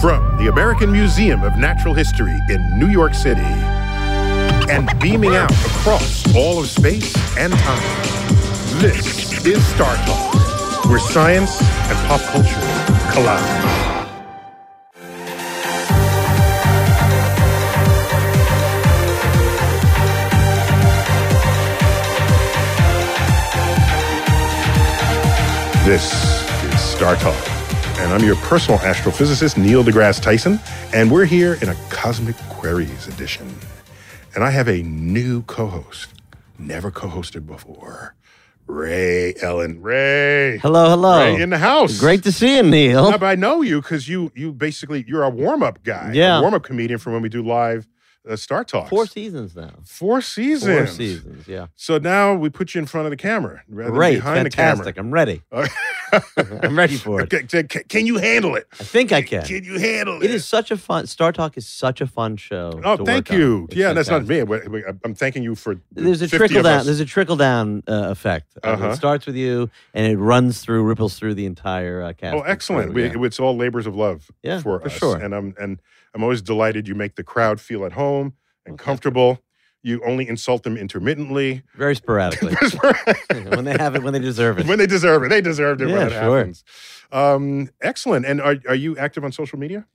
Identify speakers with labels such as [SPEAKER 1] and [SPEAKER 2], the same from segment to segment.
[SPEAKER 1] From the American Museum of Natural History in New York City and beaming out across all of space and time. This is Star Talk, where science and pop culture collide. This is Star Talk, and I'm your personal astrophysicist, Neil deGrasse Tyson, and we're here in a Cosmic Queries edition. And I have a new co host, never co hosted before. Ray Ellen Ray.
[SPEAKER 2] Hello, hello.
[SPEAKER 1] Ray in the house.
[SPEAKER 2] Oh, Great to see you, Neil.
[SPEAKER 1] No, Uh, but I know you because you you basically you're a warm up guy.
[SPEAKER 2] Yeah.
[SPEAKER 1] warm up comedian from when we do live uh, Star Talks.
[SPEAKER 2] Four seasons now.
[SPEAKER 1] Four seasons.
[SPEAKER 2] Four seasons, yeah.
[SPEAKER 1] So now we put you in front of the camera rather
[SPEAKER 2] Great.
[SPEAKER 1] than behind
[SPEAKER 2] Fantastic. I'm ready.
[SPEAKER 1] the camera.
[SPEAKER 2] I'm ready for it.
[SPEAKER 1] Okay, so ca- Can you handle it?
[SPEAKER 2] I think I can.
[SPEAKER 1] Can you handle it?
[SPEAKER 2] It is such a fun Star Talk is such a fun show.
[SPEAKER 1] Oh,
[SPEAKER 2] to
[SPEAKER 1] thank
[SPEAKER 2] work on.
[SPEAKER 1] you.
[SPEAKER 2] It's
[SPEAKER 1] yeah, that's not
[SPEAKER 2] fantastic.
[SPEAKER 1] me. We- we- I'm thanking you for.
[SPEAKER 2] There's a
[SPEAKER 1] 50
[SPEAKER 2] trickle
[SPEAKER 1] of
[SPEAKER 2] down.
[SPEAKER 1] us.
[SPEAKER 2] There's a trickle down uh, effect. I mean,
[SPEAKER 1] Uh-huh.
[SPEAKER 2] it starts with you, and it runs through, ripples through the entire uh, cast.
[SPEAKER 1] Oh, excellent!
[SPEAKER 2] Crew,
[SPEAKER 1] We,
[SPEAKER 2] yeah.
[SPEAKER 1] It's all labors of love
[SPEAKER 2] Yeah,
[SPEAKER 1] for,
[SPEAKER 2] for
[SPEAKER 1] us,
[SPEAKER 2] sure.
[SPEAKER 1] and I'm and I'm always delighted you make the crowd feel at home and comfortable. You only insult them intermittently
[SPEAKER 2] Very sporadically when they have it, when they deserve it.
[SPEAKER 1] when they deserve it. They deserved it when
[SPEAKER 2] Yeah,
[SPEAKER 1] it
[SPEAKER 2] sure.
[SPEAKER 1] happens. Um, excellent. And are are you active on social media?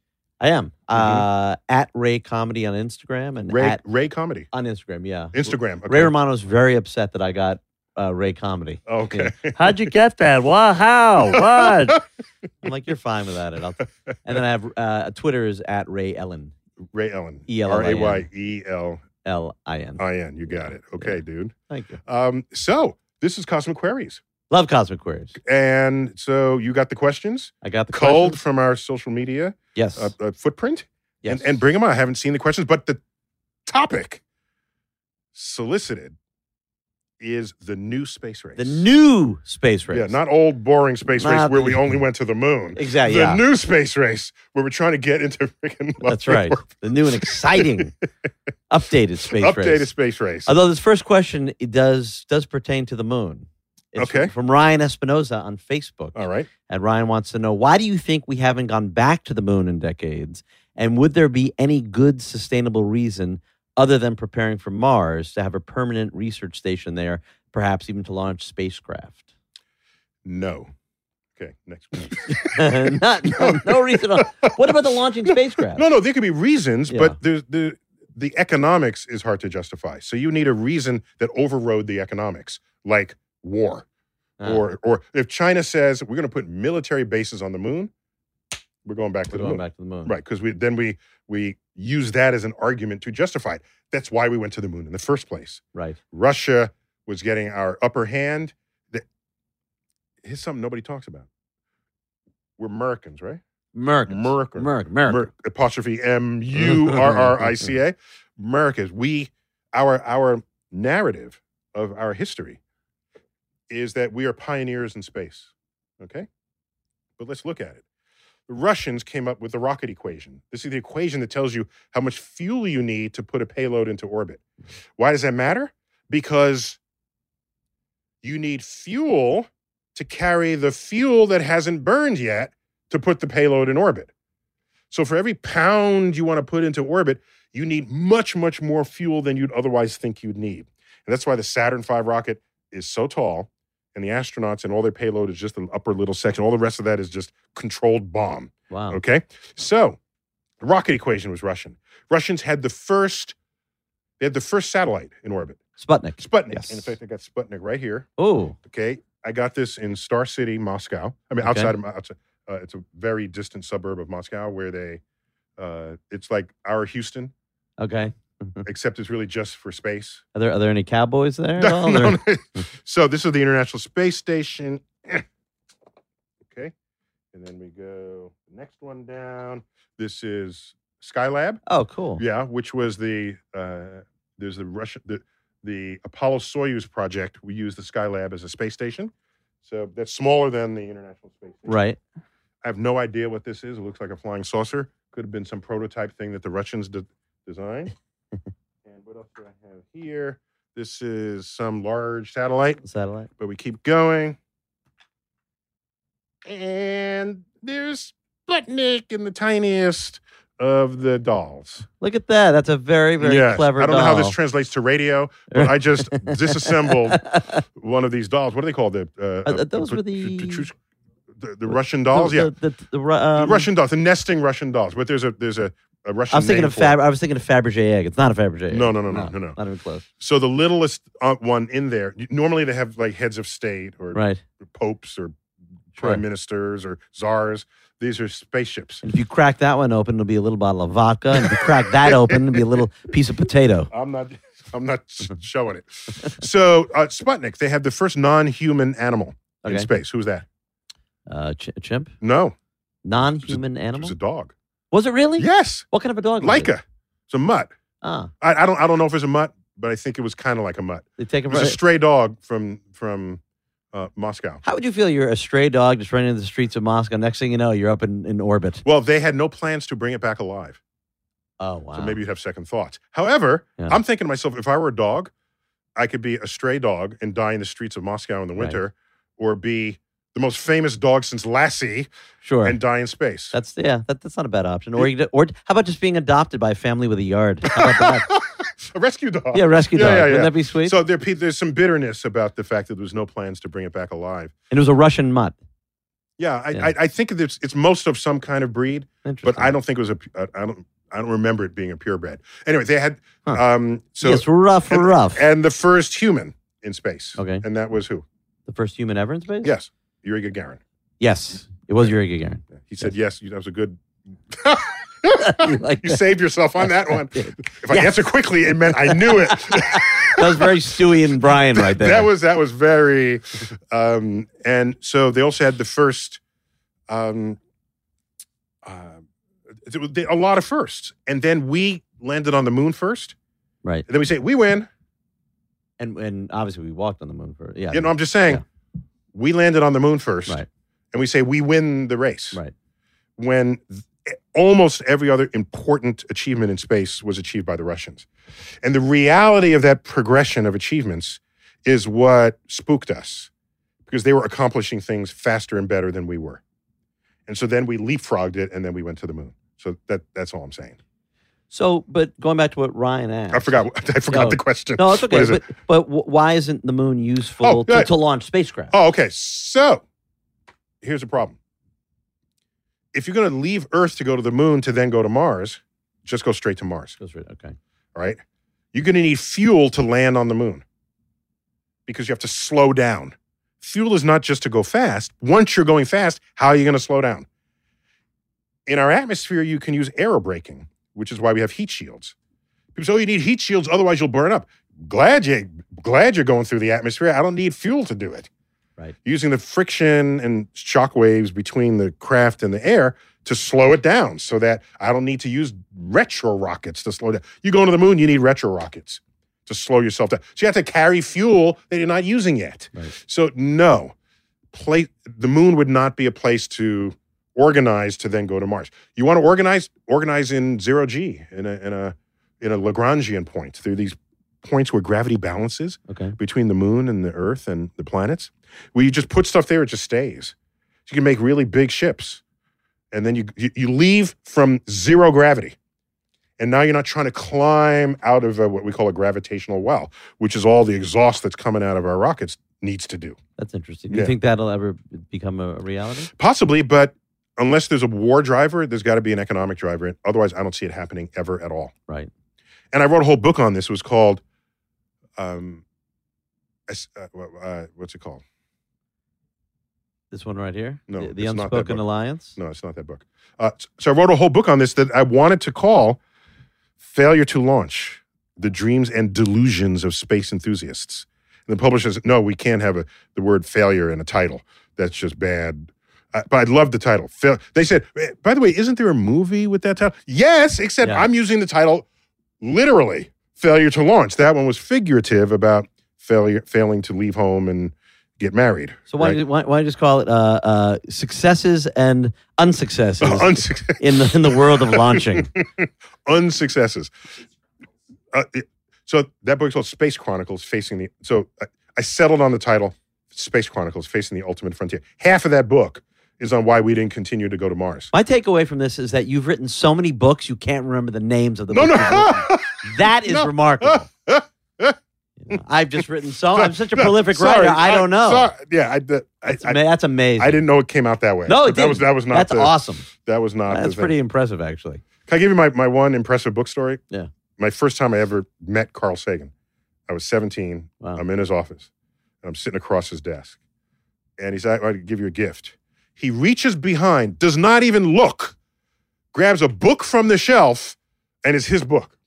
[SPEAKER 2] I am uh, at Ray Comedy on Instagram and
[SPEAKER 1] Mm-hmm. Ray
[SPEAKER 2] at
[SPEAKER 1] Ray Comedy
[SPEAKER 2] on Instagram. Yeah,
[SPEAKER 1] Instagram. Okay.
[SPEAKER 2] Ray Romano's very upset that I got uh, Ray Comedy.
[SPEAKER 1] Okay.
[SPEAKER 2] How'd you get that? Why? How? What? I'm like, you're fine without it. I'll and then I have uh, Twitter is at Ray Ellen
[SPEAKER 1] Ray Ellen.
[SPEAKER 2] E-L-L-I-N.
[SPEAKER 1] R a y e l
[SPEAKER 2] L I N.
[SPEAKER 1] i n. You got it. Okay, dude.
[SPEAKER 2] Thank you.
[SPEAKER 1] Um, so this is Cosmic Queries,
[SPEAKER 2] Love Cosmic Queries.
[SPEAKER 1] and so you got the questions
[SPEAKER 2] I got the
[SPEAKER 1] culled
[SPEAKER 2] questions.
[SPEAKER 1] from our social media
[SPEAKER 2] Yes.
[SPEAKER 1] uh, uh, footprint.
[SPEAKER 2] yes.
[SPEAKER 1] and, and bring them on. I haven't seen the questions, but the topic solicited is the new space race.
[SPEAKER 2] the new space race.
[SPEAKER 1] Yeah, not old boring space race
[SPEAKER 2] Not
[SPEAKER 1] where
[SPEAKER 2] the-
[SPEAKER 1] we only went to the moon.
[SPEAKER 2] exactly.
[SPEAKER 1] the
[SPEAKER 2] yeah.
[SPEAKER 1] new space race where we're trying to get into freaking
[SPEAKER 2] That's right. The new and exciting, updated space
[SPEAKER 1] updated
[SPEAKER 2] race.
[SPEAKER 1] space race.
[SPEAKER 2] Although this first question it does does pertain to the moon. It's
[SPEAKER 1] Okay.
[SPEAKER 2] From Ryan Espinoza on Facebook.
[SPEAKER 1] All right.
[SPEAKER 2] And Ryan wants to know why do you think we haven't gone back to the moon in decades? And would there be any good sustainable reason other than preparing for Mars to have a permanent research station there, perhaps even to launch spacecraft?
[SPEAKER 1] No. Okay, next.
[SPEAKER 2] Not, no, no reason. at all. What about the launching spacecraft?
[SPEAKER 1] no, no, there could be reasons,
[SPEAKER 2] Yeah.
[SPEAKER 1] but there's the the economics is hard to justify. So you need a reason that overrode the economics, like war.
[SPEAKER 2] Ah,
[SPEAKER 1] or or if China says we're going to put military bases on the moon, we're going back to
[SPEAKER 2] we're
[SPEAKER 1] the
[SPEAKER 2] going
[SPEAKER 1] moon,
[SPEAKER 2] back to the moon.
[SPEAKER 1] right? Because we then we we use that as an argument to justify it. That's why we went to the moon in the first place.
[SPEAKER 2] Right.
[SPEAKER 1] Russia was getting our upper hand. That here's something nobody talks about. We're Americans, right?
[SPEAKER 2] Merkins.
[SPEAKER 1] Merkers.
[SPEAKER 2] Merk. Merk.
[SPEAKER 1] Mer- apostrophe M U R R I C A. Americas. We our our narrative of our history is that we are pioneers in space. Okay? But let's look at it. The Russians came up with the rocket equation. This is the equation that tells you how much fuel you need to put a payload into orbit. Why does that matter? Because you need fuel to carry the fuel that hasn't burned yet to put the payload in orbit. So for every pound you want to put into orbit, you need much, much more fuel than you'd otherwise think you'd need. And that's why the Saturn V rocket is so tall, and the astronauts and all their payload is just an upper little section. All the rest of that is just controlled bomb.
[SPEAKER 2] Wow.
[SPEAKER 1] Okay. So the rocket equation was Russian. Russians had the first, they had the first satellite in orbit,
[SPEAKER 2] Sputnik.
[SPEAKER 1] Sputnik.
[SPEAKER 2] Yes.
[SPEAKER 1] And in fact, I got Sputnik right here.
[SPEAKER 2] Oh,
[SPEAKER 1] Okay. I got this in Star City, Moscow. I mean,
[SPEAKER 2] Okay.
[SPEAKER 1] outside of outside, uh, it's a very distant suburb of Moscow where they, uh, it's like our Houston,
[SPEAKER 2] okay.
[SPEAKER 1] except it's really just for space.
[SPEAKER 2] Are there are there any cowboys there? at
[SPEAKER 1] No,
[SPEAKER 2] all?
[SPEAKER 1] no,
[SPEAKER 2] They're-
[SPEAKER 1] no. So this is the International Space Station. okay. And then we go the next one down. This is Skylab.
[SPEAKER 2] Oh, cool.
[SPEAKER 1] Yeah, which was the uh, there's the Russian the the Apollo Soyuz project. We use the Skylab as a space station. So that's smaller than the International Space Station.
[SPEAKER 2] Right.
[SPEAKER 1] I have no idea what this is. It looks like a flying saucer. Could have been some prototype thing that the Russians de- designed. and what else do I have here? This is some large satellite,
[SPEAKER 2] Satellite.
[SPEAKER 1] but we keep going. And there's Sputnik in the tiniest of the dolls.
[SPEAKER 2] Look at that. That's a very very
[SPEAKER 1] Yes.
[SPEAKER 2] clever.
[SPEAKER 1] I don't know how this
[SPEAKER 2] doll.
[SPEAKER 1] translates to radio, but I just disassembled one of these dolls. What are they called? The uh,
[SPEAKER 2] Uh, those
[SPEAKER 1] uh,
[SPEAKER 2] were
[SPEAKER 1] Petrush-
[SPEAKER 2] the-
[SPEAKER 1] the, the Russian dolls.
[SPEAKER 2] The-
[SPEAKER 1] yeah,
[SPEAKER 2] The, the, the, Ru- um,
[SPEAKER 1] Russian dolls, the nesting Russian dolls. But there's a there's a, a Russian.
[SPEAKER 2] I was thinking
[SPEAKER 1] name
[SPEAKER 2] of
[SPEAKER 1] for it.
[SPEAKER 2] Fab. I was thinking of Fabergé egg. It's not a Fabergé.
[SPEAKER 1] No,
[SPEAKER 2] egg.
[SPEAKER 1] no, no, no, no, no.
[SPEAKER 2] Not even close.
[SPEAKER 1] So the littlest uh, one in there. y- Normally they have like heads of state or
[SPEAKER 2] Right.
[SPEAKER 1] popes or
[SPEAKER 2] Sure.
[SPEAKER 1] prime ministers or czars. These are spaceships.
[SPEAKER 2] And if you crack that one open, it'll be a little bottle of vodka. And if you crack that open, it'll be a little piece of potato.
[SPEAKER 1] I'm not. I'm not s- showing it. So uh, Sputnik, they had the first non-human animal in
[SPEAKER 2] Okay.
[SPEAKER 1] space. Who was that?
[SPEAKER 2] Uh, ch- chimp,
[SPEAKER 1] No,
[SPEAKER 2] non-human
[SPEAKER 1] it
[SPEAKER 2] animal.
[SPEAKER 1] was a
[SPEAKER 2] Was,
[SPEAKER 1] dog.
[SPEAKER 2] it really?
[SPEAKER 1] Yes,
[SPEAKER 2] What kind of a dog? was it?
[SPEAKER 1] Leica. It's a mutt.
[SPEAKER 2] Ah,
[SPEAKER 1] I, I don't. I don't know if it's a mutt, but I think it was kind of like a mutt.
[SPEAKER 2] they take
[SPEAKER 1] It
[SPEAKER 2] him.
[SPEAKER 1] was a
[SPEAKER 2] Right.
[SPEAKER 1] stray dog from from uh, Moscow.
[SPEAKER 2] How would you feel? You're a stray dog just running in the streets of Moscow. Next thing you know, you're up in, in orbit.
[SPEAKER 1] Well, they had no plans to bring it back alive.
[SPEAKER 2] Oh wow.
[SPEAKER 1] So maybe you'd have second thoughts. However,
[SPEAKER 2] Yeah.
[SPEAKER 1] I'm thinking to myself, if I were a dog, I could be a stray dog and die in the streets of Moscow in the
[SPEAKER 2] Right.
[SPEAKER 1] winter, or be the most famous dog since Lassie
[SPEAKER 2] sure.
[SPEAKER 1] and die in space.
[SPEAKER 2] that's yeah. That, that's not a bad option. Or you could- or how about just being adopted by a family with a yard? How about that?
[SPEAKER 1] a rescue dog.
[SPEAKER 2] yeah, rescue
[SPEAKER 1] Yeah,
[SPEAKER 2] dog.
[SPEAKER 1] yeah, yeah.
[SPEAKER 2] Wouldn't that be sweet?
[SPEAKER 1] So there, pe- there's some bitterness about the fact that there was no plans to bring it back alive.
[SPEAKER 2] and it was a Russian mutt.
[SPEAKER 1] Yeah, I,
[SPEAKER 2] Yeah.
[SPEAKER 1] I, I think it's, it's most of some kind of breed.
[SPEAKER 2] Interesting.
[SPEAKER 1] but I don't think it was a. pu- I I don't. I don't remember it being a purebred. Anyway, they had.
[SPEAKER 2] Huh.
[SPEAKER 1] Um, so
[SPEAKER 2] yes, rough,
[SPEAKER 1] and,
[SPEAKER 2] rough.
[SPEAKER 1] and the first human in space.
[SPEAKER 2] Okay.
[SPEAKER 1] And that was who?
[SPEAKER 2] the first human ever in space.
[SPEAKER 1] Yes, Yuri Gagarin.
[SPEAKER 2] Yes, it was Yuri Gagarin.
[SPEAKER 1] Yeah, He said yes. you that was a good.
[SPEAKER 2] You like
[SPEAKER 1] you
[SPEAKER 2] that?
[SPEAKER 1] saved yourself on that one.
[SPEAKER 2] did.
[SPEAKER 1] If I
[SPEAKER 2] Yes.
[SPEAKER 1] answer quickly, it meant I knew it.
[SPEAKER 2] That was very Stewie and Brian right there.
[SPEAKER 1] that was that was very. Um, and so they also had the first. Um, uh, it was- they- a lot of firsts, and then we landed on the moon first.
[SPEAKER 2] right.
[SPEAKER 1] And then we say we win.
[SPEAKER 2] And and obviously we walked on the moon for yeah.
[SPEAKER 1] You know, I'm just saying, we landed on the moon first,
[SPEAKER 2] Right.
[SPEAKER 1] and we say we win the race.
[SPEAKER 2] Right.
[SPEAKER 1] When th- almost every other important achievement in space was achieved by the Russians, and the reality of that progression of achievements is what spooked us, because they were accomplishing things faster and better than we were, and so then we leapfrogged it, and then we went to the moon. So that that's all I'm saying.
[SPEAKER 2] So, but going back to what Ryan asked,
[SPEAKER 1] I forgot. I forgot
[SPEAKER 2] No.
[SPEAKER 1] the question.
[SPEAKER 2] No, it's okay.
[SPEAKER 1] What is it?
[SPEAKER 2] but but wh- why isn't the moon useful
[SPEAKER 1] Oh,
[SPEAKER 2] to,
[SPEAKER 1] yeah.
[SPEAKER 2] to launch spacecraft?
[SPEAKER 1] Oh, okay. So here's the problem. If you're going to leave Earth to go to the moon to then go to Mars, just go straight to Mars.
[SPEAKER 2] Goes right- Okay.
[SPEAKER 1] All right. You're going to need fuel to land on the moon because you have to slow down. Fuel is not just to go fast. Once you're going fast, how are you going to slow down? In our atmosphere, you can use aerobraking, which is why we have heat shields. People say, oh, you need heat shields, otherwise you'll burn up. glad you glad you're going through the atmosphere. I don't need fuel to do it.
[SPEAKER 2] Right.
[SPEAKER 1] Using the friction and shock waves between the craft and the air to slow it down so that I don't need to use retro rockets to slow down. You go into the moon, you need retro rockets to slow yourself down. So you have to carry fuel that you're not using yet.
[SPEAKER 2] Right.
[SPEAKER 1] So no, place the moon would not be a place to organize to then go to Mars. You want to organize, organize in zero G in a in a in a Lagrangian point through these points where gravity balances
[SPEAKER 2] Okay.
[SPEAKER 1] between the moon and the earth and the planets. Where you just put stuff there, it just stays. So you can make really big ships. And then you you, you leave from zero gravity. And now you're not trying to climb out of a, what we call a gravitational well, which is all the exhaust that's coming out of our rockets needs to do.
[SPEAKER 2] That's interesting. Do
[SPEAKER 1] Yeah.
[SPEAKER 2] you think that'll ever become a reality?
[SPEAKER 1] Possibly, but unless there's a war driver, there's got to be an economic driver. Otherwise, I don't see it happening ever at all.
[SPEAKER 2] Right.
[SPEAKER 1] And I wrote a whole book on this. It was called, um, es- uh, wh- uh, what's it called?
[SPEAKER 2] This one right here?
[SPEAKER 1] No,
[SPEAKER 2] The, the
[SPEAKER 1] it's not that
[SPEAKER 2] Unspoken
[SPEAKER 1] book.
[SPEAKER 2] Alliance?
[SPEAKER 1] No, it's not that book. Uh, s- so I wrote a whole book on this that I wanted to call "Failure to Launch: The Dreams and Delusions of Space Enthusiasts." And the publisher says, "No, we can't have a, the word failure in a title. That's just bad." Uh, but I love the title. Fail- they said, eh, "By the way, isn't there a movie with that title?" Yes, except
[SPEAKER 2] Yeah.
[SPEAKER 1] I'm using the title literally. Failure to launch. That one was figurative about failure, failing to leave home and get married.
[SPEAKER 2] So why,
[SPEAKER 1] right?
[SPEAKER 2] did, why why just call it uh, uh, successes and unsuccesses
[SPEAKER 1] Unsuccess-
[SPEAKER 2] in the in the world of launching?
[SPEAKER 1] unsuccesses. Uh, it- so that book's called Space Chronicles Facing the. So I, I settled on the title Space Chronicles Facing the Ultimate Frontier. Half of that book is on why we didn't continue to go to Mars.
[SPEAKER 2] My takeaway from this is that you've written so many books you can't remember the names of the
[SPEAKER 1] No,
[SPEAKER 2] books. you've written.
[SPEAKER 1] no.
[SPEAKER 2] That is
[SPEAKER 1] No.
[SPEAKER 2] remarkable. You know, I've just written so. I'm such a prolific
[SPEAKER 1] Sorry,
[SPEAKER 2] writer. I don't know.
[SPEAKER 1] sorry. Yeah, I, the- I,
[SPEAKER 2] That's,
[SPEAKER 1] I,
[SPEAKER 2] ama- that's amazing.
[SPEAKER 1] I didn't know it came out that way.
[SPEAKER 2] No, it
[SPEAKER 1] But that was
[SPEAKER 2] didn't.
[SPEAKER 1] that was not.
[SPEAKER 2] That's
[SPEAKER 1] the-
[SPEAKER 2] awesome.
[SPEAKER 1] That was not. the
[SPEAKER 2] That's
[SPEAKER 1] thing.
[SPEAKER 2] pretty impressive, actually.
[SPEAKER 1] Can I give you my, my one impressive book story?
[SPEAKER 2] Yeah.
[SPEAKER 1] My first time I ever met Carl Sagan. I was 17.
[SPEAKER 2] Wow.
[SPEAKER 1] I'm in his office and I'm sitting across his desk. And he's like, I'll give you a gift. He reaches behind, does not even look, grabs a book from the shelf, and it's his book.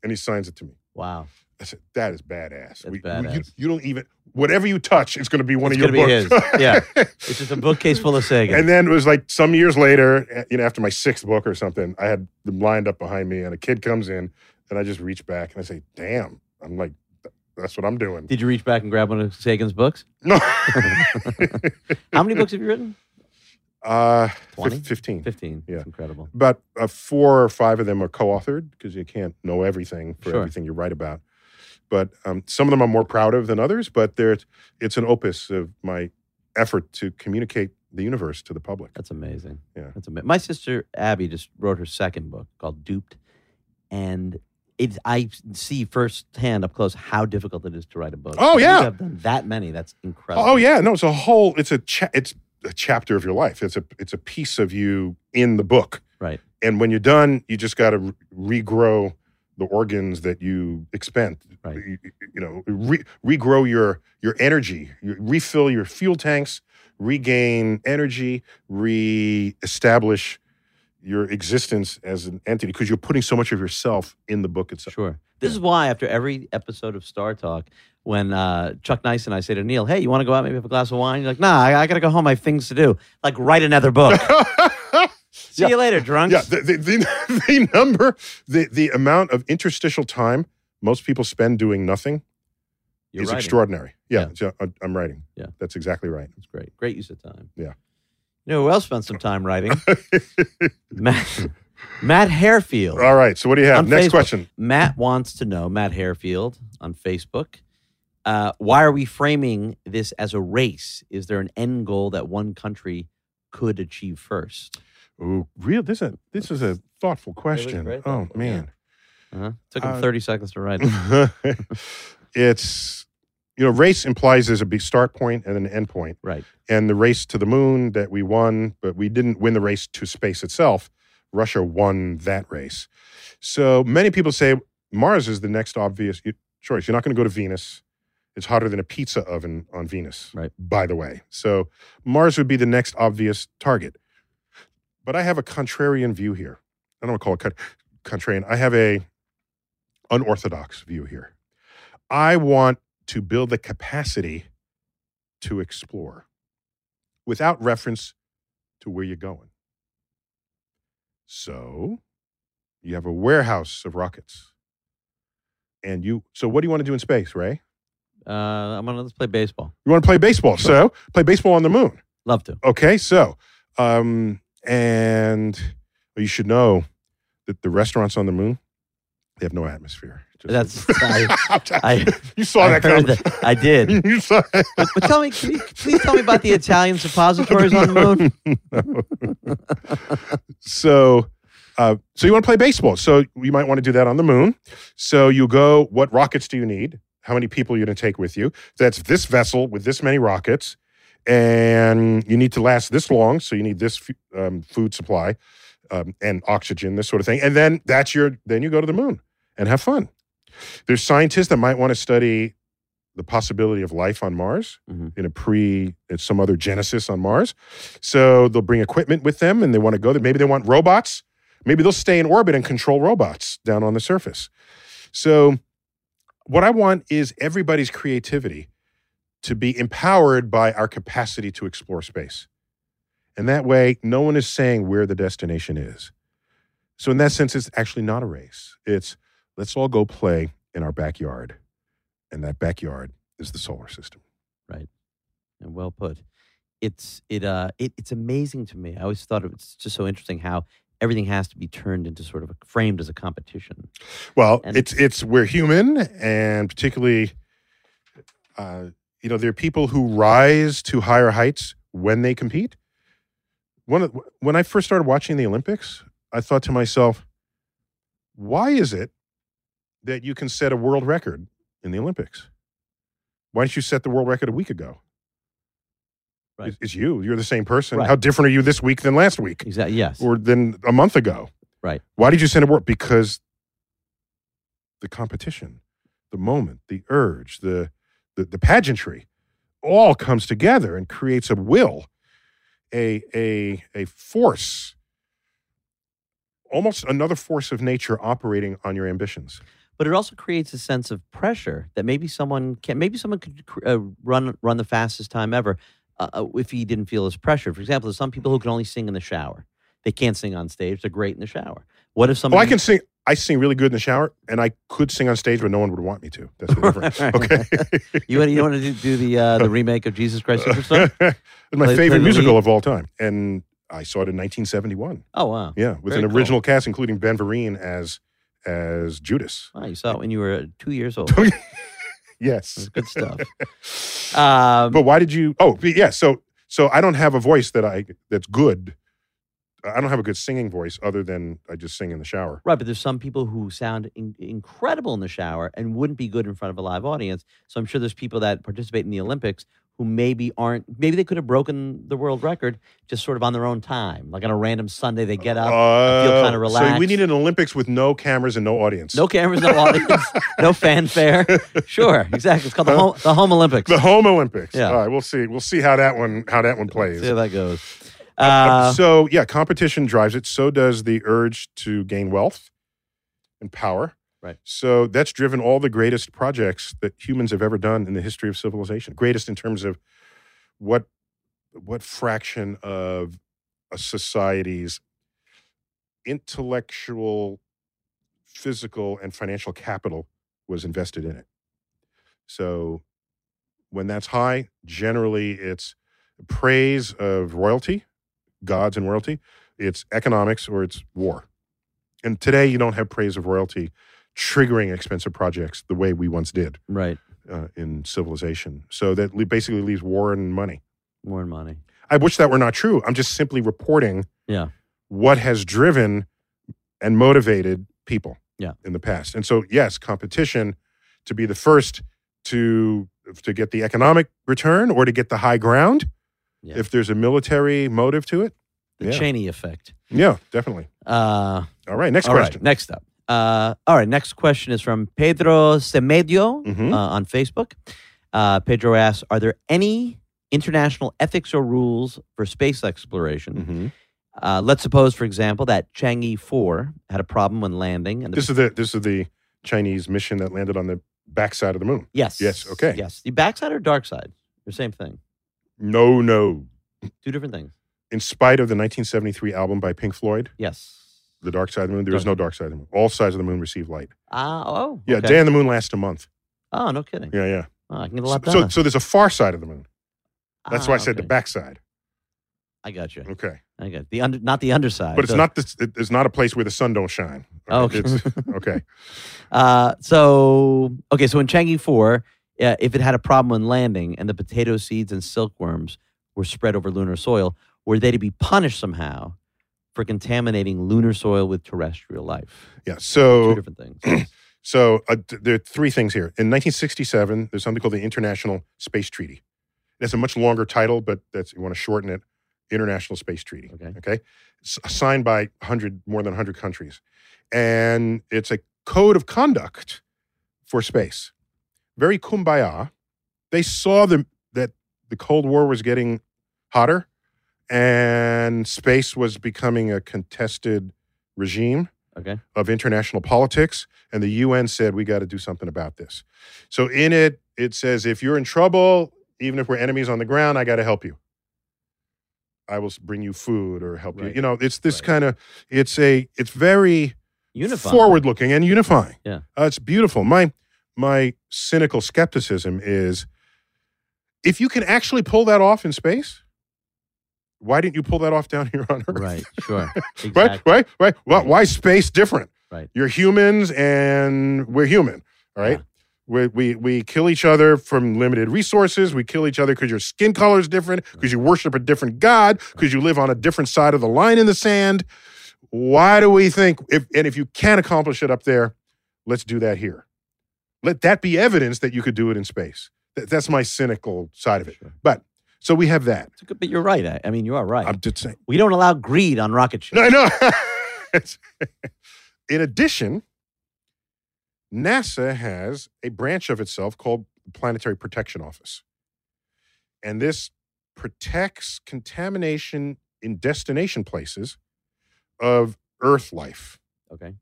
[SPEAKER 1] And he signs it to me.
[SPEAKER 2] Wow.
[SPEAKER 1] I said, That is badass.
[SPEAKER 2] That's
[SPEAKER 1] We- we- You,
[SPEAKER 2] badass.
[SPEAKER 1] you don't even, whatever you touch, it's going to be one
[SPEAKER 2] It's
[SPEAKER 1] of your
[SPEAKER 2] gonna be
[SPEAKER 1] books.
[SPEAKER 2] his. Yeah. It's just a bookcase full of Sagan.
[SPEAKER 1] And then it was like some years later, eh, you know, after my sixth book or something, I had them lined up behind me, and a kid comes in, and I just reach back and I say, "Damn!" I'm like, "Th- "That's what I'm doing."
[SPEAKER 2] Did you reach back and grab one of Sagan's books?
[SPEAKER 1] No,
[SPEAKER 2] How many books have you written?
[SPEAKER 1] uh,
[SPEAKER 2] Twenty?
[SPEAKER 1] fif- fifteen.
[SPEAKER 2] Fifteen.
[SPEAKER 1] Yeah.
[SPEAKER 2] It's incredible.
[SPEAKER 1] About uh, four or five of them are co-authored because you can't know everything for
[SPEAKER 2] Sure.
[SPEAKER 1] everything you write about. But um, some of them I'm more proud of than others. But they're, it's an opus of my effort to communicate the universe to the public.
[SPEAKER 2] That's amazing.
[SPEAKER 1] Yeah.
[SPEAKER 2] That's amazing. My sister Abby just wrote her second book called Duped, and it's I see firsthand up close how difficult it is to write a book.
[SPEAKER 1] Oh,
[SPEAKER 2] To
[SPEAKER 1] yeah.
[SPEAKER 2] have done that many. That's incredible.
[SPEAKER 1] Oh yeah, no, it's a whole. It's a cha- it's a chapter of your life. It's a it's a piece of you in the book.
[SPEAKER 2] Right.
[SPEAKER 1] And when you're done, you just got to re- regrow the organs that you expend.
[SPEAKER 2] Right.
[SPEAKER 1] You, you know, re- regrow your your energy, you refill your fuel tanks, regain energy, reestablish your existence as an entity because you're putting so much of yourself in the book itself.
[SPEAKER 2] Sure. This is why after every episode of Star Talk, when uh, Chuck Nice and I say to Neil, "Hey, you want to go out? Maybe have a glass of wine?" You're like, "Nah, I, I gotta go home. I have things to do. Like write another book. See
[SPEAKER 1] Yeah.
[SPEAKER 2] you later, drunks."
[SPEAKER 1] Yeah, the, the, the, the number, the, the amount of interstitial time most people spend doing nothing
[SPEAKER 2] You're
[SPEAKER 1] is
[SPEAKER 2] writing.
[SPEAKER 1] extraordinary. Yeah,
[SPEAKER 2] Yeah.
[SPEAKER 1] so I- I'm writing.
[SPEAKER 2] Yeah.
[SPEAKER 1] That's exactly right.
[SPEAKER 2] It's great. Great use of time.
[SPEAKER 1] Yeah.
[SPEAKER 2] You know who else spent some time writing? Matt, Matt Harefield.
[SPEAKER 1] All right, so what do you have?
[SPEAKER 2] On
[SPEAKER 1] Next
[SPEAKER 2] Facebook.
[SPEAKER 1] question.
[SPEAKER 2] Matt wants to know, Matt Harefield on Facebook, uh, why are we framing this as a race? Is there an end goal that one country could achieve first?
[SPEAKER 1] Ooh, real, this, is a, this is a thoughtful question.
[SPEAKER 2] very
[SPEAKER 1] oh,
[SPEAKER 2] thoughtful,
[SPEAKER 1] man.
[SPEAKER 2] Uh-huh. Took him
[SPEAKER 1] Uh,
[SPEAKER 2] 30 seconds to write it.
[SPEAKER 1] it's, you know, race implies there's a big start point and an end point.
[SPEAKER 2] Right.
[SPEAKER 1] and the race to the moon that we won, but we didn't win the race to space itself. Russia won that race. So many people say Mars is the next obvious u- choice. You're not going to go to Venus. It's hotter than a pizza oven on Venus,
[SPEAKER 2] Right.
[SPEAKER 1] by the way. So Mars would be the next obvious target. But I have a contrarian view here. I don't want to call it con- contrarian. I have a unorthodox view here. I want to build the capacity to explore without reference to where you're going. So you have a warehouse of rockets. And you, so what do you want to do in space, Ray?
[SPEAKER 2] Uh, I'm gonna let's play baseball.
[SPEAKER 1] You want to play baseball. So play baseball on the moon.
[SPEAKER 2] Love to.
[SPEAKER 1] Okay, so um, and you should know that the restaurants on the moon they have no atmosphere.
[SPEAKER 2] That's- I- I-
[SPEAKER 1] you saw
[SPEAKER 2] I
[SPEAKER 1] that
[SPEAKER 2] heard
[SPEAKER 1] coming.
[SPEAKER 2] that. I did.
[SPEAKER 1] you saw
[SPEAKER 2] But, but tell me, can you please tell me about the Italian suppositories on the moon?
[SPEAKER 1] so uh, so you want to play baseball so you might want to do that on the moon so you go what rockets do you need how many people are you going to take with you that's this vessel with this many rockets and you need to last this long so you need this fu- um, food supply um, and oxygen this sort of thing and then that's your then you go to the moon and have fun there's scientists that might want to study the possibility of life on mars
[SPEAKER 2] Mhm.
[SPEAKER 1] in a pre in some other genesis on mars so they'll bring equipment with them and they want to go there. Maybe they want robots. Maybe they'll stay in orbit and control robots down on the surface. So, what I want is everybody's creativity to be empowered by our capacity to explore space. And that way, no one is saying where the destination is. So, in that sense, it's actually not a race. It's let's all go play in our backyard. And that backyard is the solar system.
[SPEAKER 2] and well put. It's it uh it, it's amazing to me. I always thought it was just so interesting how everything has to be turned into sort of a, framed as a competition.
[SPEAKER 1] Well,
[SPEAKER 2] And-
[SPEAKER 1] it's it's we're human, and particularly, uh, you know, there are people who rise to higher heights when they compete. One of, when I first started watching the Olympics, I thought to myself, why is it that you can set a world record in the Olympics? Why didn't you set the world record a week ago?
[SPEAKER 2] Right.
[SPEAKER 1] It's- It's you. You're the same person.
[SPEAKER 2] Right.
[SPEAKER 1] How different are you this week than last week?
[SPEAKER 2] Exactly. Yes.
[SPEAKER 1] or than a month ago.
[SPEAKER 2] Right.
[SPEAKER 1] Why did you send it work? Because the competition, the moment, the urge, the the, the pageantry, all comes together and creates a will, a a a force, almost another force of nature operating on your ambitions.
[SPEAKER 2] but it also creates a sense of pressure that maybe someone can maybe someone could cr- uh, run run the fastest time ever uh, uh, if he didn't feel his pressure. For example, there's some people who can only sing in the shower. They can't sing on stage. They're great in the shower. What if
[SPEAKER 1] Oh,
[SPEAKER 2] someone?
[SPEAKER 1] I can sing. I sing really good in the shower, and I could sing on stage, but no one would want me to. That's the difference. Okay.
[SPEAKER 2] you want you want to do, do the uh, the remake of Jesus Christ Superstar?
[SPEAKER 1] it's my
[SPEAKER 2] Play- play
[SPEAKER 1] favorite
[SPEAKER 2] the
[SPEAKER 1] musical
[SPEAKER 2] lead.
[SPEAKER 1] of all time, and I saw it in 1971.
[SPEAKER 2] Oh wow!
[SPEAKER 1] Yeah, with
[SPEAKER 2] Very
[SPEAKER 1] an
[SPEAKER 2] cool.
[SPEAKER 1] original cast, including Ben Vereen as as Judas.
[SPEAKER 2] Wow, you saw it when you were uh, two years old. It's
[SPEAKER 1] Yes,
[SPEAKER 2] good stuff. Um,
[SPEAKER 1] but why did you? Oh, but yeah. So so I don't have a voice that I that's good. I don't have a good singing voice other than I just sing in the shower.
[SPEAKER 2] Right, but there's some people who sound in- incredible in the shower and wouldn't be good in front of a live audience. So I'm sure there's people that participate in the Olympics who maybe aren't. Maybe they could have broken the world record just sort of on their own time, like on a random Sunday they get up, feel
[SPEAKER 1] Uh,
[SPEAKER 2] kinda
[SPEAKER 1] So we
[SPEAKER 2] relaxed.
[SPEAKER 1] need an Olympics with no cameras and no audience.
[SPEAKER 2] no cameras, no audience, no fanfare. Sure, exactly. It's called the home, the home Olympics.
[SPEAKER 1] The home Olympics.
[SPEAKER 2] Yeah.
[SPEAKER 1] All right, we'll see. We'll see how that one how that one plays.
[SPEAKER 2] See how that goes.
[SPEAKER 1] Uh,
[SPEAKER 2] Uh,
[SPEAKER 1] so yeah, competition drives it. So does the urge to gain wealth and power.
[SPEAKER 2] Right.
[SPEAKER 1] So that's driven all the greatest projects that humans have ever done in the history of civilization. Greatest in terms of what what fraction of a society's intellectual, physical, and financial capital was invested in it. So when that's high, generally it's praise of royalty, gods and royalty, it's economics or it's war. And today you don't have praise of royalty triggering expensive projects the way we once did
[SPEAKER 2] right,
[SPEAKER 1] uh, in civilization. So that le- basically leaves war and money.
[SPEAKER 2] more money.
[SPEAKER 1] I wish that were not true. I'm just simply reporting
[SPEAKER 2] Yeah.
[SPEAKER 1] what has driven and motivated people
[SPEAKER 2] Yeah.
[SPEAKER 1] in the past. And so yes, competition to be the first to to get the economic return or to get the high ground
[SPEAKER 2] Yeah.
[SPEAKER 1] if there's a military motive to it.
[SPEAKER 2] The
[SPEAKER 1] Yeah.
[SPEAKER 2] Cheney effect.
[SPEAKER 1] Yeah, definitely.
[SPEAKER 2] Uh,
[SPEAKER 1] All right, next
[SPEAKER 2] All right,
[SPEAKER 1] question.
[SPEAKER 2] next up. Uh, all right, next question is from Pedro Semedio
[SPEAKER 1] Mhm.
[SPEAKER 2] uh, on Facebook. Uh, Pedro asks Are there any international ethics or rules for space exploration?
[SPEAKER 1] Mhm.
[SPEAKER 2] Uh, let's suppose, for example, that Chang'e 4 had a problem when landing. And the-
[SPEAKER 1] This is the this is the Chinese mission that landed on the backside of the moon.
[SPEAKER 2] Yes.
[SPEAKER 1] Yes, okay.
[SPEAKER 2] Yes. The backside or dark side? The same thing.
[SPEAKER 1] No, no.
[SPEAKER 2] Two different things.
[SPEAKER 1] In spite of the 1973 album by Pink Floyd,
[SPEAKER 2] Yes.
[SPEAKER 1] The Dark Side of the Moon, there is no Dark Side of the Moon. All sides of the moon receive light.
[SPEAKER 2] Ah, oh.
[SPEAKER 1] Yeah,
[SPEAKER 2] okay.
[SPEAKER 1] Day on the Moon lasts a month.
[SPEAKER 2] Oh, no kidding.
[SPEAKER 1] Yeah, yeah.
[SPEAKER 2] Oh, I can get a
[SPEAKER 1] So,
[SPEAKER 2] lot
[SPEAKER 1] so,
[SPEAKER 2] done.
[SPEAKER 1] so there's a far side of the moon. That's why I
[SPEAKER 2] Ah,
[SPEAKER 1] said the
[SPEAKER 2] okay.
[SPEAKER 1] backside.
[SPEAKER 2] I got you.
[SPEAKER 1] Okay.
[SPEAKER 2] I got the under, not the underside.
[SPEAKER 1] But it's
[SPEAKER 2] the-
[SPEAKER 1] not this, it- it's not a place where the sun don't shine.
[SPEAKER 2] Oh, okay.
[SPEAKER 1] It's, okay.
[SPEAKER 2] Uh, so okay, so in Changi Four, uh, if it had a problem when landing and the potato seeds and silkworms were spread over lunar soil, were they to be punished somehow for contaminating lunar soil with terrestrial life?
[SPEAKER 1] Yeah.
[SPEAKER 2] Two
[SPEAKER 1] So
[SPEAKER 2] different things.
[SPEAKER 1] So uh, th- there are three things here. In 1967, there's something called the International Space Treaty. That's a much longer title, but that's you want to shorten it. International Space Treaty.
[SPEAKER 2] Okay.
[SPEAKER 1] Okay. It's signed by 100 more than 100 countries, and it's a code of conduct for space. Very kumbaya. They saw the, that the Cold War was getting hotter, and space was becoming a contested regime
[SPEAKER 2] Okay.
[SPEAKER 1] of international politics, and the UN said we got to do something about this. So in it, it says if you're in trouble, even if we're enemies on the ground, I got to help you. I will s- bring you food or help you.
[SPEAKER 2] Right.
[SPEAKER 1] You know, it's this
[SPEAKER 2] Right.
[SPEAKER 1] kind of it's a it's very
[SPEAKER 2] Unified.
[SPEAKER 1] forward looking and unifying.
[SPEAKER 2] Yeah.
[SPEAKER 1] Uh, it's beautiful. My my cynical skepticism is if you can actually pull that off in space, why didn't you pull that off down here on Earth?
[SPEAKER 2] Right. Sure. Exactly.
[SPEAKER 1] Right, right, right. Why,
[SPEAKER 2] Right.
[SPEAKER 1] why space different?
[SPEAKER 2] Right.
[SPEAKER 1] You're humans and we're human, all right?
[SPEAKER 2] Yeah.
[SPEAKER 1] We, we, we kill each other from limited resources. We kill each other because your skin color is different, because you worship a different God, because you live on a different side of the line in the sand. Why do we think, if, and if you can't accomplish it up there, let's do that here? Let that be evidence that you could do it in space. That, that's my cynical side of it.
[SPEAKER 2] Sure.
[SPEAKER 1] But so we have that.
[SPEAKER 2] It's a good- But you're right. I, I mean, you are right.
[SPEAKER 1] I'm just saying.
[SPEAKER 2] we don't allow greed on rocket ships.
[SPEAKER 1] No, I know. In addition, NASA has a branch of itself called the Planetary Protection Office. And this protects contamination in destination places of Earth life.
[SPEAKER 2] Okay.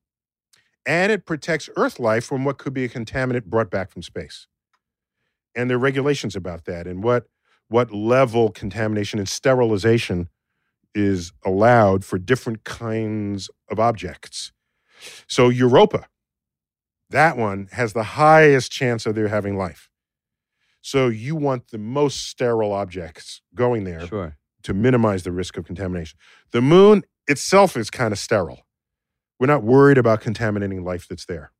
[SPEAKER 1] And it protects Earth life from what could be a contaminant brought back from space. And there are regulations about that and what, what level contamination and sterilization is allowed for different kinds of objects. So Europa, that one has the highest chance of there having life. So you want the most sterile objects going there
[SPEAKER 2] Sure.
[SPEAKER 1] to minimize the risk of contamination. The moon itself is kind of sterile. We're not worried about contaminating life that's there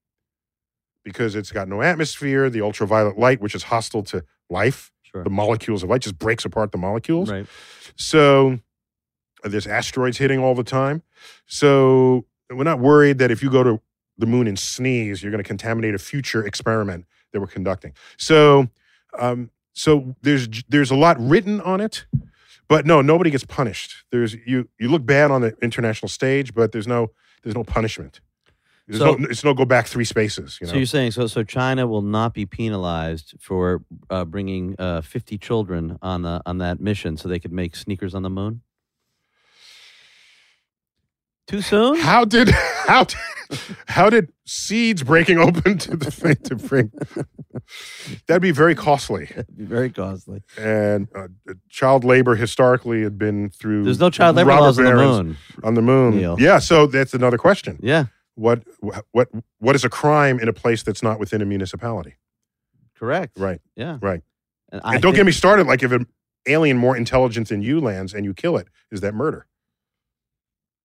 [SPEAKER 1] because it's got no atmosphere, the ultraviolet light, which is hostile to life,
[SPEAKER 2] Sure.
[SPEAKER 1] the molecules of light just breaks apart the molecules.
[SPEAKER 2] Right.
[SPEAKER 1] So uh, there's asteroids hitting all the time. So we're not worried that if you go to the moon and sneeze, you're going to contaminate a future experiment that we're conducting. So, um, so there's j- there's a lot written on it, but no, nobody gets punished. There's you you look bad on the international stage, but there's no there's no punishment. There's
[SPEAKER 2] So-
[SPEAKER 1] no it's no go back three spaces. You know.
[SPEAKER 2] So you're saying so? So China will not be penalized for uh, bringing uh, 50 children on the on that mission, so they could make sneakers on the moon. Too soon?
[SPEAKER 1] How did how did, how did seeds breaking open to the thing to bring? That'd be very costly,
[SPEAKER 2] That'd be Very costly.
[SPEAKER 1] and uh, child labor historically had been through.
[SPEAKER 2] There's no child labor
[SPEAKER 1] robber
[SPEAKER 2] laws on the
[SPEAKER 1] barons
[SPEAKER 2] moon.
[SPEAKER 1] On the moon,
[SPEAKER 2] Neil.
[SPEAKER 1] yeah. So that's another question.
[SPEAKER 2] Yeah,
[SPEAKER 1] What what what is a crime in a place that's not within a municipality?
[SPEAKER 2] correct.
[SPEAKER 1] Right.
[SPEAKER 2] Yeah.
[SPEAKER 1] Right. And
[SPEAKER 2] And, I
[SPEAKER 1] don't get
[SPEAKER 2] think-
[SPEAKER 1] me started. Like if an alien more intelligent than you lands and you kill it, is that murder?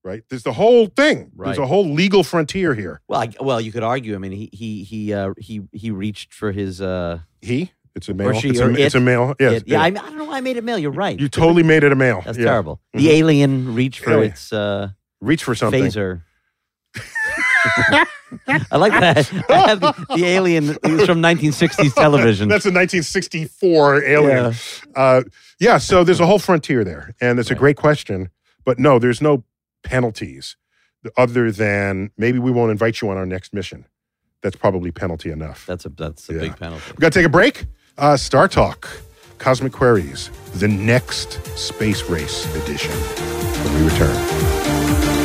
[SPEAKER 1] Right. There's the whole thing. There's
[SPEAKER 2] Right.
[SPEAKER 1] a whole legal frontier here.
[SPEAKER 2] Well, I, well, you could argue. I mean, he he he uh, he he reached for his. Uh,
[SPEAKER 1] He. It's a male.
[SPEAKER 2] she
[SPEAKER 1] it's, a,
[SPEAKER 2] or
[SPEAKER 1] it's
[SPEAKER 2] it.
[SPEAKER 1] a male. Yes.
[SPEAKER 2] it- yeah. I, I don't know why I made it male. You're right.
[SPEAKER 1] You totally made it a male.
[SPEAKER 2] That's
[SPEAKER 1] Yeah.
[SPEAKER 2] terrible.
[SPEAKER 1] Mhm.
[SPEAKER 2] The alien reached for
[SPEAKER 1] Yeah.
[SPEAKER 2] its. Uh,
[SPEAKER 1] Reach for something.
[SPEAKER 2] phaser. I like that. I have the, the alien it was from 1960s television.
[SPEAKER 1] That's a 1964 alien. Yeah. Uh, yeah. So there's a whole frontier there, and it's a
[SPEAKER 2] Right.
[SPEAKER 1] great question. But no, there's no penalties other than maybe we won't invite you on our next mission. That's probably penalty enough.
[SPEAKER 2] That's a that's a
[SPEAKER 1] Yeah.
[SPEAKER 2] big penalty.
[SPEAKER 1] We got to take a break. Uh, Star Talk, Cosmic Queries, the next space race edition. When we return.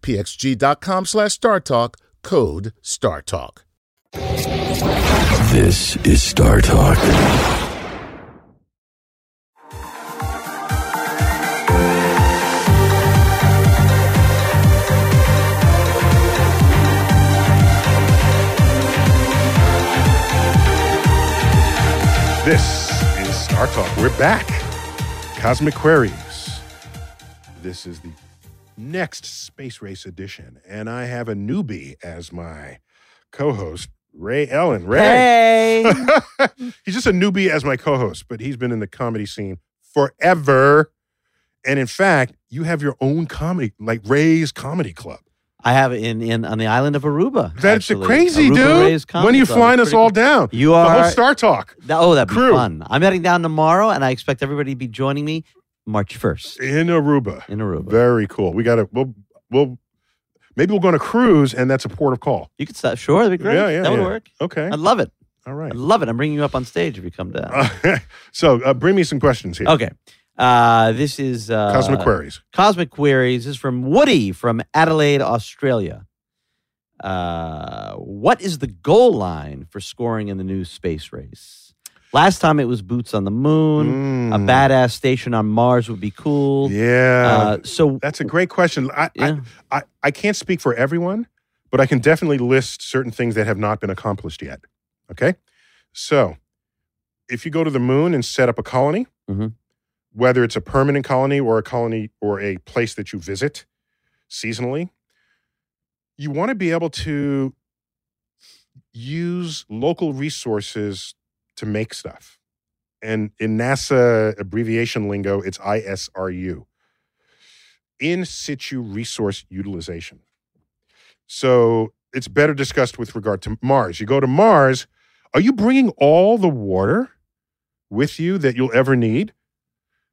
[SPEAKER 3] pxg.com slash StarTalk. Code StarTalk.
[SPEAKER 4] This is Star Talk.
[SPEAKER 1] This is Star Talk. We're back. Cosmic Queries. This is the next space race edition, and I have a newbie as my co-host, Ray Ellen. Ray,
[SPEAKER 2] Hey.
[SPEAKER 1] he's just a newbie as my co-host, but he's been in the comedy scene forever. And in fact, you have your own comedy, like Ray's Comedy Club.
[SPEAKER 2] I have in, in on the island of Aruba.
[SPEAKER 1] That's
[SPEAKER 2] actually.
[SPEAKER 1] crazy,
[SPEAKER 2] Aruba Ray's
[SPEAKER 1] dude.
[SPEAKER 2] Comedy
[SPEAKER 1] When are you
[SPEAKER 2] Club.
[SPEAKER 1] flying us
[SPEAKER 2] Pretty
[SPEAKER 1] all
[SPEAKER 2] cool.
[SPEAKER 1] down?
[SPEAKER 2] You
[SPEAKER 1] The
[SPEAKER 2] are.
[SPEAKER 1] whole Star Talk
[SPEAKER 2] That- oh, that'd
[SPEAKER 1] crew.
[SPEAKER 2] be fun. I'm heading down tomorrow, and I expect everybody to be joining me March 1st
[SPEAKER 1] in Aruba.
[SPEAKER 2] in Aruba.
[SPEAKER 1] Very cool. We got to, we'll, we'll, maybe we'll go on a cruise and that's a port of call.
[SPEAKER 2] you could stop. Sure, that'd be great.
[SPEAKER 1] Yeah, yeah,
[SPEAKER 2] that would
[SPEAKER 1] yeah.
[SPEAKER 2] work.
[SPEAKER 1] Okay.
[SPEAKER 2] I'd love it.
[SPEAKER 1] All right.
[SPEAKER 2] I'd love it. I'm bringing you up on stage if you come down.
[SPEAKER 1] Uh, so uh, bring me some questions here.
[SPEAKER 2] okay. Uh, this is Oh, uh,
[SPEAKER 1] Cosmic Queries.
[SPEAKER 2] Cosmic Queries is from Woody from Adelaide, Australia. Uh, what is the goal line for scoring in the new space race? Last time it was boots on the moon. A
[SPEAKER 1] Mm.
[SPEAKER 2] badass station on Mars would be cool.
[SPEAKER 1] Yeah.
[SPEAKER 2] Uh, so
[SPEAKER 1] That's a great question. I,
[SPEAKER 2] yeah,
[SPEAKER 1] I, I, I can't speak for everyone, but I can definitely list certain things that have not been accomplished yet. Okay. So if you go to the moon and set up a colony,
[SPEAKER 2] Mhm.
[SPEAKER 1] whether it's a permanent colony or a colony or a place that you visit seasonally, you want to be able to use local resources to make stuff. And in NASA abbreviation lingo, it's ISRU in situ resource utilization. So it's better discussed with regard to Mars. You go to Mars, are you bringing all the water with you that you'll ever need?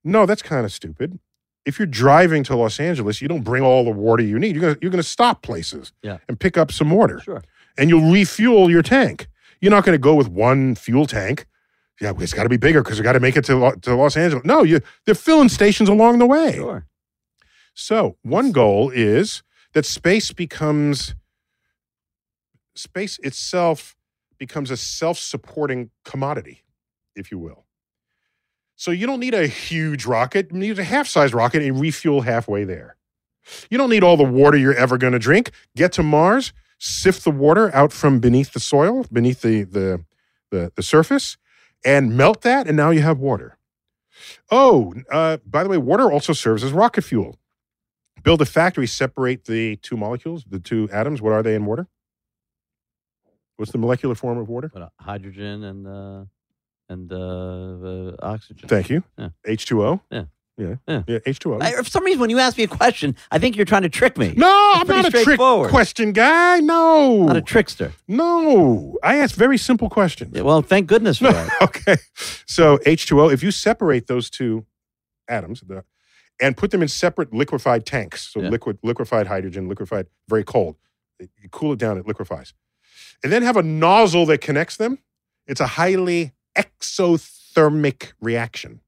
[SPEAKER 1] No, that's kind of stupid. If you're driving to Los Angeles, you don't bring all the water you need. You're going you're gonna stop places
[SPEAKER 2] Yeah.
[SPEAKER 1] and pick up some water
[SPEAKER 2] Sure.
[SPEAKER 1] and you'll refuel your tank. You're not going to go with one fuel tank. Yeah, it's got to be bigger because we got to make it to, Lo- to Los Angeles. No, you they're filling stations along the way.
[SPEAKER 2] Sure.
[SPEAKER 1] So one goal is that space becomes space itself becomes a self-supporting commodity, if you will. So you don't need a huge rocket. You need a half-size rocket and refuel halfway there. You don't need all the water you're ever going to drink. Get to Mars, sift the water out from beneath the soil, beneath the the the, the surface, and melt that, and now you have water. Oh, uh, by the way, water also serves as rocket fuel build a factory, separate the two molecules, the two atoms. What are they in water? What's the molecular form of water?
[SPEAKER 2] But, uh, hydrogen and uh, and uh, uh, oxygen.
[SPEAKER 1] Thank you.
[SPEAKER 2] Yeah.
[SPEAKER 1] H2O.
[SPEAKER 2] Yeah.
[SPEAKER 1] Yeah.
[SPEAKER 2] Yeah.
[SPEAKER 1] Yeah. H2O.
[SPEAKER 2] I, for some reason, when you ask me a question, I think you're trying to trick me.
[SPEAKER 1] no, I'm
[SPEAKER 2] pretty
[SPEAKER 1] not a trick
[SPEAKER 2] straightforward.
[SPEAKER 1] question guy. No.
[SPEAKER 2] Not a trickster.
[SPEAKER 1] no. I ask very simple questions.
[SPEAKER 2] Yeah, well, thank goodness for that.
[SPEAKER 1] okay. So H2O, if you separate those two atoms the, and put them in separate liquefied tanks, so
[SPEAKER 2] Yeah.
[SPEAKER 1] liquid, liquefied hydrogen, liquefied, very cold. You cool it down, it liquefies. And then have a nozzle that connects them. It's a highly exothermic reaction.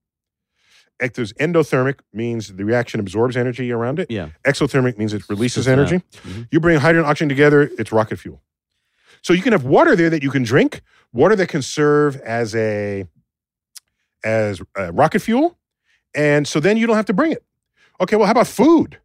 [SPEAKER 1] Ec- There's endothermic means the reaction absorbs energy around it.
[SPEAKER 2] Yeah.
[SPEAKER 1] Exothermic means it releases
[SPEAKER 2] It's not-
[SPEAKER 1] energy.
[SPEAKER 2] Mhm.
[SPEAKER 1] You bring hydrogen and oxygen together, it's rocket fuel. So you can have water there that you can drink, water that can serve as a as uh, rocket fuel, and so then you don't have to bring it. Okay, well, how about food?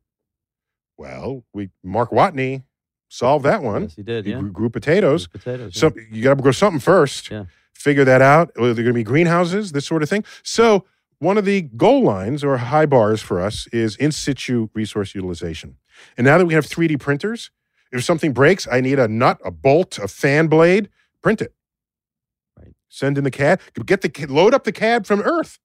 [SPEAKER 1] Well, we Mark Watney solved that one.
[SPEAKER 2] Yes, he did.
[SPEAKER 1] He
[SPEAKER 2] Yeah.
[SPEAKER 1] grew, grew potatoes.
[SPEAKER 2] With Potatoes. yeah.
[SPEAKER 1] Some, you got to grow something first.
[SPEAKER 2] Yeah.
[SPEAKER 1] Figure that out. Are there going to be greenhouses? This sort of thing. So one of the goal lines or high bars for us is in situ resource utilization. And now that we have 3D printers, if something breaks, I need a nut, a bolt, a fan blade. Print it.
[SPEAKER 2] Right.
[SPEAKER 1] Send in the CAD. Get the load up the CAD from Earth.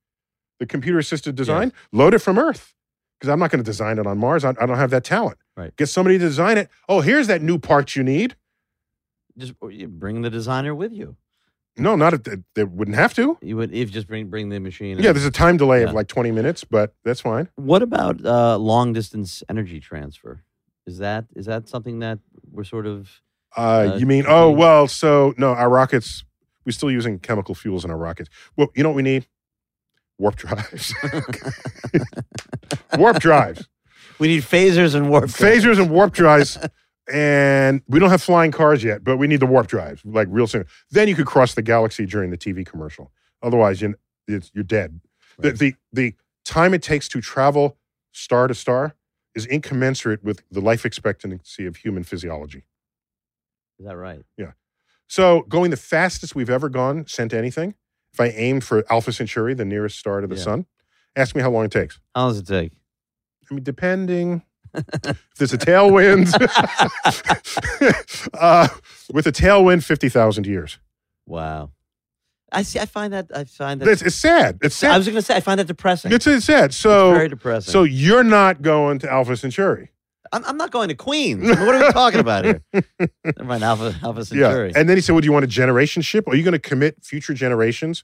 [SPEAKER 1] The computer assisted design. Load it from Earth because I'm not going to design it on Mars. I, I don't have that talent.
[SPEAKER 2] Right.
[SPEAKER 1] Get somebody to design it. Oh, here's that new part you need.
[SPEAKER 2] Just or you bring the designer with you.
[SPEAKER 1] No, not if they, they wouldn't have to.
[SPEAKER 2] You would if just bring bring the machine.
[SPEAKER 1] Yeah,
[SPEAKER 2] in.
[SPEAKER 1] there's a time delay
[SPEAKER 2] Yeah.
[SPEAKER 1] of like 20 minutes, but that's fine.
[SPEAKER 2] What about uh, long distance energy transfer? Is that is that something that we're sort of
[SPEAKER 1] Uh,
[SPEAKER 2] Uh,
[SPEAKER 1] you mean,
[SPEAKER 2] you
[SPEAKER 1] oh,
[SPEAKER 2] mean-
[SPEAKER 1] well, so no, our rockets, we're still using chemical fuels in our rockets. Well, you know what we need? Warp drives. warp drives.
[SPEAKER 2] we need phasers and warp drives.
[SPEAKER 1] Phasers and warp drives. And we don't have flying cars yet, but we need the warp drives like real soon. Then you could cross the galaxy during the TV commercial. Otherwise, you, it's, you're dead. The,
[SPEAKER 2] Right.
[SPEAKER 1] the, the time it takes to travel star to star is incommensurate with the life expectancy of human physiology.
[SPEAKER 2] Is that right?
[SPEAKER 1] So going the fastest we've ever gone sent anything. If I aimed for Alpha Centauri, the nearest star to the
[SPEAKER 2] Yeah.
[SPEAKER 1] sun, ask me how long it takes.
[SPEAKER 2] How long does it take?
[SPEAKER 1] I mean, depending if there's a tailwind, uh, with a tailwind, fifty thousand years.
[SPEAKER 2] Wow. I see. I find that I find that
[SPEAKER 1] It's, it's sad. It's
[SPEAKER 2] I
[SPEAKER 1] sad.
[SPEAKER 2] was going to say I find that depressing.
[SPEAKER 1] It's, it's sad.
[SPEAKER 2] It's
[SPEAKER 1] So
[SPEAKER 2] very depressing.
[SPEAKER 1] so you're not going to Alpha Centauri.
[SPEAKER 2] I'm, I'm not going to Queens. I mean, what are we talking about here? Never mind Alpha Alpha Centauri.
[SPEAKER 1] Yeah. And then he said, Well, do you want a generation ship? Are you going to commit future generations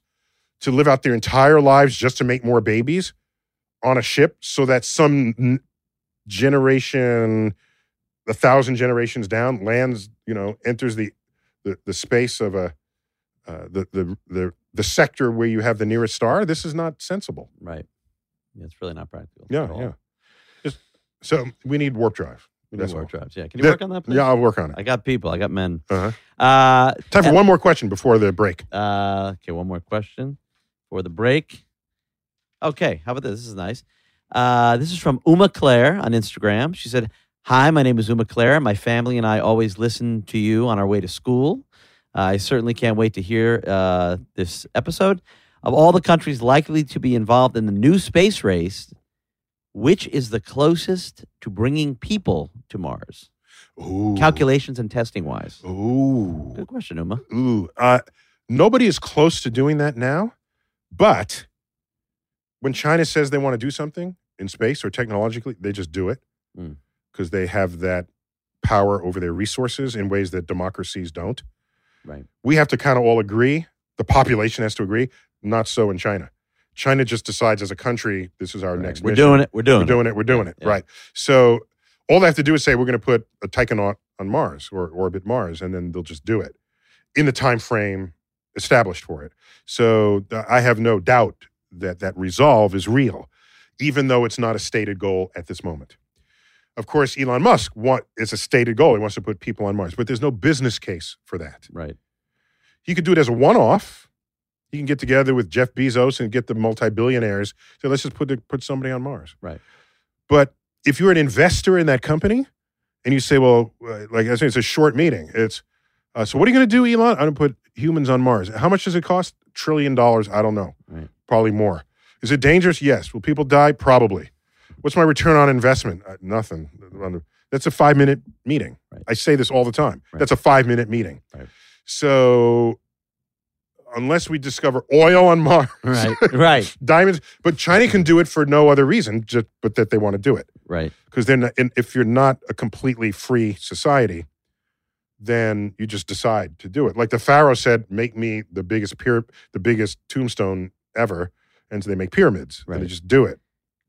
[SPEAKER 1] to live out their entire lives just to make more babies on a ship so that some n- generation, a thousand generations down, lands, you know, enters the the, the space of a uh, the, the the the sector where you have the nearest star? This is not sensible.
[SPEAKER 2] right. Yeah, it's really not practical.
[SPEAKER 1] Yeah,
[SPEAKER 2] at all.
[SPEAKER 1] yeah. Just, so we need warp drive.
[SPEAKER 2] We
[SPEAKER 1] That's
[SPEAKER 2] need warp
[SPEAKER 1] all.
[SPEAKER 2] drives. Yeah. Can you
[SPEAKER 1] Yeah,
[SPEAKER 2] work on that? Please?
[SPEAKER 1] Yeah, I'll work on it.
[SPEAKER 2] I got people. I got men.
[SPEAKER 1] Uh-huh.
[SPEAKER 2] Uh,
[SPEAKER 1] Time for one more question before the break.
[SPEAKER 2] Uh, okay, one more question for the break. Okay, how about this? This is nice. Uh, this is from Uma Claire on Instagram. She said, Hi, my name is Uma Claire. My family and I always listen to you on our way to school. I certainly can't wait to hear uh, this episode. Of all the countries likely to be involved in the new space race, which is the closest to bringing people to Mars?
[SPEAKER 1] Ooh.
[SPEAKER 2] calculations and testing wise?
[SPEAKER 1] Ooh.
[SPEAKER 2] Good question, Uma.
[SPEAKER 1] Ooh, uh, nobody is close to doing that now. But when China says they want to do something in space or technologically, they just do it
[SPEAKER 2] Mm.
[SPEAKER 1] because they have that power over their resources in ways that democracies don't.
[SPEAKER 2] Right.
[SPEAKER 1] We have to kind of all agree. The population has to agree. Not so in China. China just decides as a country, this is our
[SPEAKER 2] Right.
[SPEAKER 1] next
[SPEAKER 2] We're
[SPEAKER 1] mission.
[SPEAKER 2] doing it. We're doing
[SPEAKER 1] We're
[SPEAKER 2] it.
[SPEAKER 1] doing it. We're doing it.
[SPEAKER 2] Yeah.
[SPEAKER 1] Right. So all they have to do is say we're going to put a Taikonaut on Mars or orbit Mars, and then they'll just do it in the time frame established for it. So th- I have no doubt that that resolve is real, even though it's not a stated goal at this moment. Of course, Elon Musk want it's a stated goal. He wants to put people on Mars, but there's no business case for that.
[SPEAKER 2] Right.
[SPEAKER 1] He could do it as a one-off. He can get together with Jeff Bezos and get the multi-billionaires. So let's just put put somebody on Mars.
[SPEAKER 2] Right.
[SPEAKER 1] But if you're an investor in that company, and you say, well, uh, like I say, it's a short meeting. It's uh, so what are you going to do, Elon? I'm going to put humans on Mars. How much does it cost? Trillion dollars? I don't know.
[SPEAKER 2] Right.
[SPEAKER 1] Probably more. Is it dangerous? Yes. Will people die? Probably. What's my return on investment? Uh, nothing. That's a five minute meeting.
[SPEAKER 2] Right.
[SPEAKER 1] I say this all the time.
[SPEAKER 2] Right.
[SPEAKER 1] That's a five minute meeting.
[SPEAKER 2] Right.
[SPEAKER 1] So unless we discover oil on Mars,
[SPEAKER 2] Right. right.
[SPEAKER 1] diamonds, but China can do it for no other reason, just but that they want to do it
[SPEAKER 2] Right.
[SPEAKER 1] because then and if you're not a completely free society then you just decide to do it like the pharaoh said make me the biggest pyra- the biggest tombstone ever and so they make pyramids and they
[SPEAKER 2] Right.
[SPEAKER 1] just do it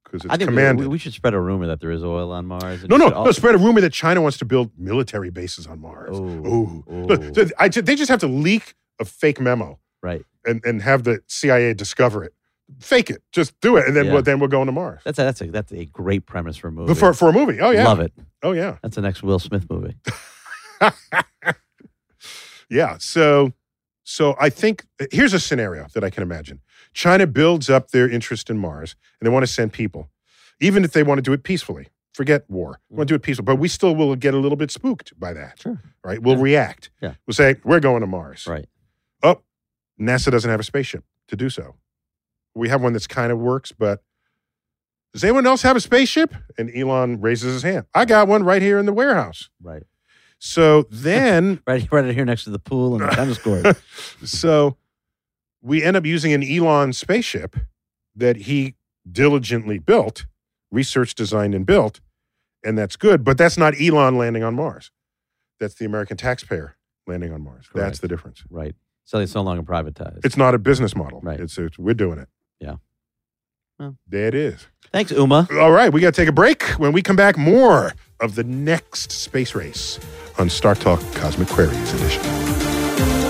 [SPEAKER 1] because it's
[SPEAKER 2] I think we-
[SPEAKER 1] commanded
[SPEAKER 2] we, we should spread a rumor that there is oil on Mars. and
[SPEAKER 1] no
[SPEAKER 2] we
[SPEAKER 1] no
[SPEAKER 2] should all-
[SPEAKER 1] no spread a rumor that china wants to build military bases on mars
[SPEAKER 2] Oh,
[SPEAKER 1] Ooh. Look, so I ju- they just have to leak a fake memo
[SPEAKER 2] right.
[SPEAKER 1] and, and have the cia discover it fake it just do it and then,
[SPEAKER 2] Yeah.
[SPEAKER 1] we're, then we're going to mars
[SPEAKER 2] That's a, that's a that's a great premise for a movie.
[SPEAKER 1] But for, for a movie oh yeah
[SPEAKER 2] Love it.
[SPEAKER 1] oh yeah
[SPEAKER 2] That's the next Will Smith movie.
[SPEAKER 1] Yeah. So, so I think here's a scenario that I can imagine. China builds up their interest in Mars, and they want to send people, even if they want to do it peacefully. Forget war. We want to do it peaceful, but we still will get a little bit spooked by that,
[SPEAKER 2] Mm-hmm. Sure.
[SPEAKER 1] right? We'll
[SPEAKER 2] Yeah.
[SPEAKER 1] react.
[SPEAKER 2] Yeah.
[SPEAKER 1] We'll say we're going to Mars.
[SPEAKER 2] Right.
[SPEAKER 1] Oh, NASA doesn't have a spaceship to do so. We have one that's kind of works, but does anyone else have a spaceship? And Elon raises his hand. I got one right here in the warehouse.
[SPEAKER 2] Right.
[SPEAKER 1] So then
[SPEAKER 2] Right. Right here next to the pool and the tennis court.
[SPEAKER 1] so we end up using an Elon spaceship that he diligently built, researched, designed, and built. And that's good. But that's not Elon landing on Mars. That's the American taxpayer landing on Mars. That's
[SPEAKER 2] Correct.
[SPEAKER 1] the difference.
[SPEAKER 2] Right. So it's no longer privatized.
[SPEAKER 1] It's not a business model.
[SPEAKER 2] Right.
[SPEAKER 1] It's, it's we're doing it.
[SPEAKER 2] Yeah. Well.
[SPEAKER 1] There it is.
[SPEAKER 2] Thanks, Uma.
[SPEAKER 1] All right, we got to take a break. When we come back, more of the next space race on Star Talk Cosmic Queries edition.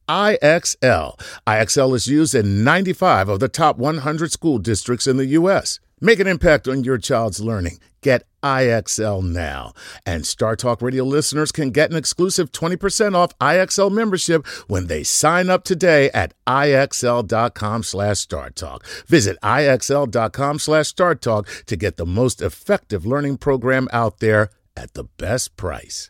[SPEAKER 3] IXL. IXL is used in 95 of the top 100 school districts in the U.S. Make an impact on your child's learning. Get IXL now. And Star Talk Radio listeners can get an exclusive 20% off IXL membership when they sign up today at IXL.com slash StarTalk. Visit IXL.com slash StarTalk to get the most effective learning program out there at the best price.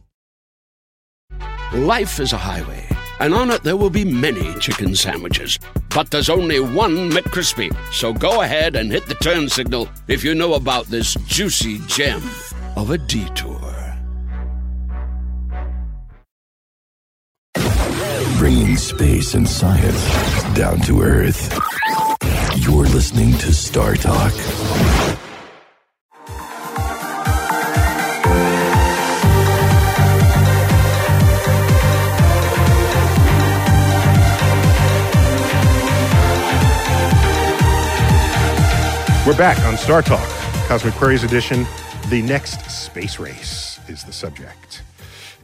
[SPEAKER 5] Life is a highway, and on it there will be many chicken sandwiches. But there's only one McCrispy. So go ahead and hit the turn signal if you know about this juicy gem of a detour.
[SPEAKER 6] Bringing space and science down to earth. You're listening to Star Talk.
[SPEAKER 1] We're back on Star Talk, Cosmic Queries Edition. The next space race is the subject.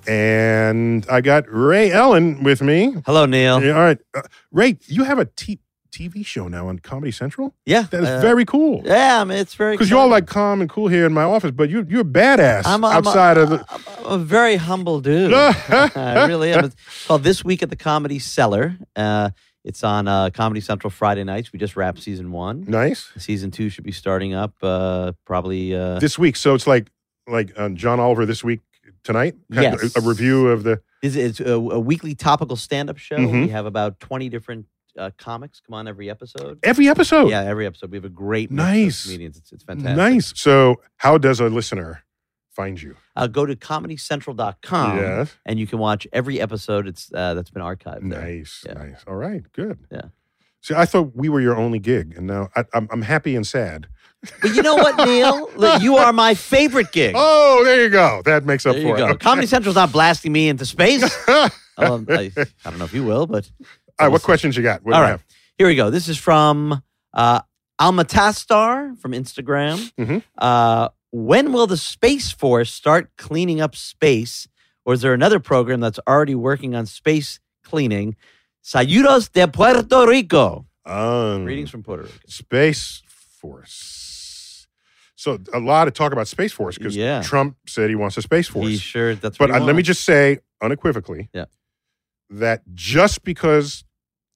[SPEAKER 1] And I got Ray Ellen with me.
[SPEAKER 2] Hello, Neil.
[SPEAKER 1] Yeah, All right. Uh, Ray, you have a t- TV show now on Comedy Central?
[SPEAKER 2] Yeah,
[SPEAKER 1] That is
[SPEAKER 2] uh,
[SPEAKER 1] very cool.
[SPEAKER 2] Yeah, I mean, it's very
[SPEAKER 1] Because you're all
[SPEAKER 2] exciting.
[SPEAKER 1] like calm and cool here in my office, but you, you're a badass
[SPEAKER 2] I'm a- I'm a-
[SPEAKER 1] outside of the.
[SPEAKER 2] I'm a very humble dude. I really am. It's called This Week at the Comedy Cellar. Uh, it's on uh, Comedy Central Friday nights. We just wrapped season one.
[SPEAKER 1] Nice.
[SPEAKER 2] Season two should be starting up uh, probably. Uh,
[SPEAKER 1] This week. So it's like like um, John Oliver this week tonight. Kind of
[SPEAKER 2] Yes.
[SPEAKER 1] A, a review of the.
[SPEAKER 2] It's, it's a, a weekly topical stand up show.
[SPEAKER 1] Mhm.
[SPEAKER 2] We have about 20 different uh, comics come on every episode.
[SPEAKER 1] Every episode.
[SPEAKER 2] Yeah, every episode. We have a great mix
[SPEAKER 1] Nice.
[SPEAKER 2] of comedians. It's, it's fantastic.
[SPEAKER 1] nice. So, how does a listener find you?
[SPEAKER 2] Uh, go to comedycentral.com
[SPEAKER 1] yes.
[SPEAKER 2] and you can watch every episode It's uh, that's been archived. there.
[SPEAKER 1] Nice,
[SPEAKER 2] Yeah.
[SPEAKER 1] nice. All right, good.
[SPEAKER 2] Yeah.
[SPEAKER 1] See, I thought we were your only gig, and now I, I'm, I'm happy and sad.
[SPEAKER 2] But you know what, Neil? Look, you are my favorite gig.
[SPEAKER 1] Oh, there you go. That makes up
[SPEAKER 2] There
[SPEAKER 1] for
[SPEAKER 2] you go.
[SPEAKER 1] it.
[SPEAKER 2] Comedy Central's not blasting me into space.
[SPEAKER 1] All
[SPEAKER 2] Um, I, I don't know if you will, but
[SPEAKER 1] right,
[SPEAKER 2] we'll
[SPEAKER 1] what
[SPEAKER 2] see.
[SPEAKER 1] questions you got? What do
[SPEAKER 2] All
[SPEAKER 1] you
[SPEAKER 2] right.
[SPEAKER 1] have?
[SPEAKER 2] Here we go. This is from uh, Almatastar from Instagram.
[SPEAKER 1] Mhm.
[SPEAKER 2] Uh, when will the Space Force start cleaning up space? Or is there another program that's already working on space cleaning? Sayudos de Puerto Rico.
[SPEAKER 1] Um,
[SPEAKER 2] Greetings from Puerto Rico.
[SPEAKER 1] Space Force. So a lot of talk about Space Force because
[SPEAKER 2] Yeah.
[SPEAKER 1] Trump said he wants a Space
[SPEAKER 2] He
[SPEAKER 1] Force.
[SPEAKER 2] sure that's
[SPEAKER 1] but
[SPEAKER 2] what he
[SPEAKER 1] uh, let me
[SPEAKER 2] wants.
[SPEAKER 1] just say unequivocally
[SPEAKER 2] Yeah.
[SPEAKER 1] that just because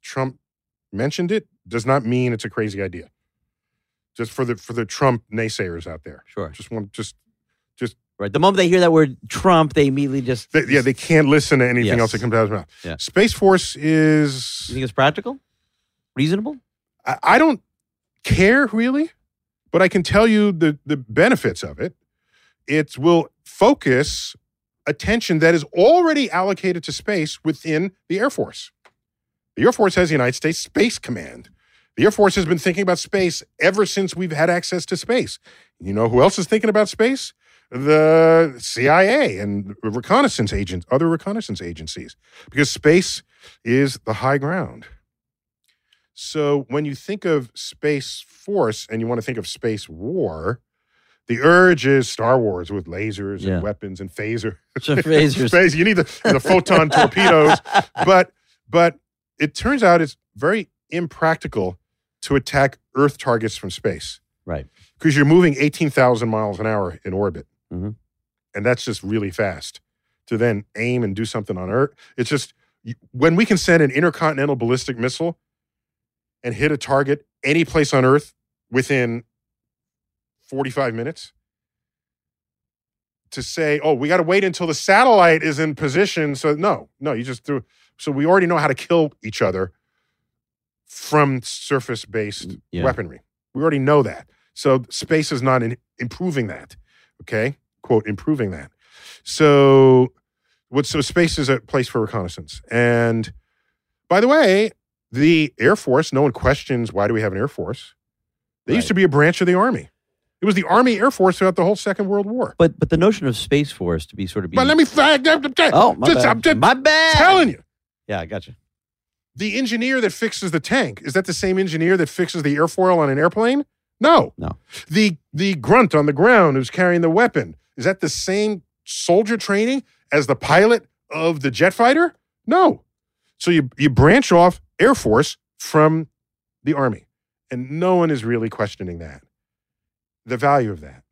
[SPEAKER 1] Trump mentioned it does not mean it's a crazy idea. Just for the for the Trump naysayers out there.
[SPEAKER 2] sure.
[SPEAKER 1] Just want just
[SPEAKER 2] Right. The moment they hear that word Trump, they immediately just
[SPEAKER 1] they, yeah they can't listen to anything
[SPEAKER 2] Yes.
[SPEAKER 1] else that comes out of his mouth.
[SPEAKER 2] Yeah.
[SPEAKER 1] Space Force
[SPEAKER 2] You
[SPEAKER 1] is
[SPEAKER 2] think it's practical? Reasonable?
[SPEAKER 1] I, I don't care really, but I can tell you the the benefits of it. It will focus attention that is already allocated to space within the Air Force. The Air Force has the United States Space Command. The Air Force has been thinking about space ever since we've had access to space. You know who else is thinking about space? The CIA and reconnaissance agents, other reconnaissance agencies, because space is the high ground. So when you think of space force and you want to think of space war, the urge is Star Wars with lasers
[SPEAKER 2] Yeah.
[SPEAKER 1] and weapons and phaser
[SPEAKER 2] So Fraser's-
[SPEAKER 1] space. You need the, the photon torpedoes, but but it turns out it's very impractical to attack Earth targets from space
[SPEAKER 2] Right.
[SPEAKER 1] because you're moving eighteen thousand miles an hour in orbit,
[SPEAKER 2] Mhm.
[SPEAKER 1] and that's just really fast. To then aim and do something on Earth, it's just you- when we can send an intercontinental ballistic missile and hit a target any place on Earth within forty-five minutes. To say, oh, we got to wait until the satellite is in position. So no, no, you just threw. So we already know how to kill each other from surface-based
[SPEAKER 2] Yeah.
[SPEAKER 1] weaponry. We already know that. So space is not in, improving that. Okay, quote improving that. So what? So space is a place for reconnaissance. And by the way, the Air Force. No one questions why do we have an Air Force. They used
[SPEAKER 2] Right.
[SPEAKER 1] to be a branch of the Army. It was the Army Air Force throughout the whole Second World War.
[SPEAKER 2] But but the notion of space force to be sort of be
[SPEAKER 1] But let me. Oh,
[SPEAKER 2] oh my bad.
[SPEAKER 1] I'm just
[SPEAKER 2] my bad.
[SPEAKER 1] telling you.
[SPEAKER 2] Yeah, I gotcha.
[SPEAKER 1] the engineer that fixes the tank is that the same engineer that fixes the airfoil on an airplane no
[SPEAKER 2] No.
[SPEAKER 1] the the grunt on the ground who's carrying the weapon is that the same soldier training as the pilot of the jet fighter? No. So you you branch off Air Force from the Army, and no one is really questioning that, the value of that.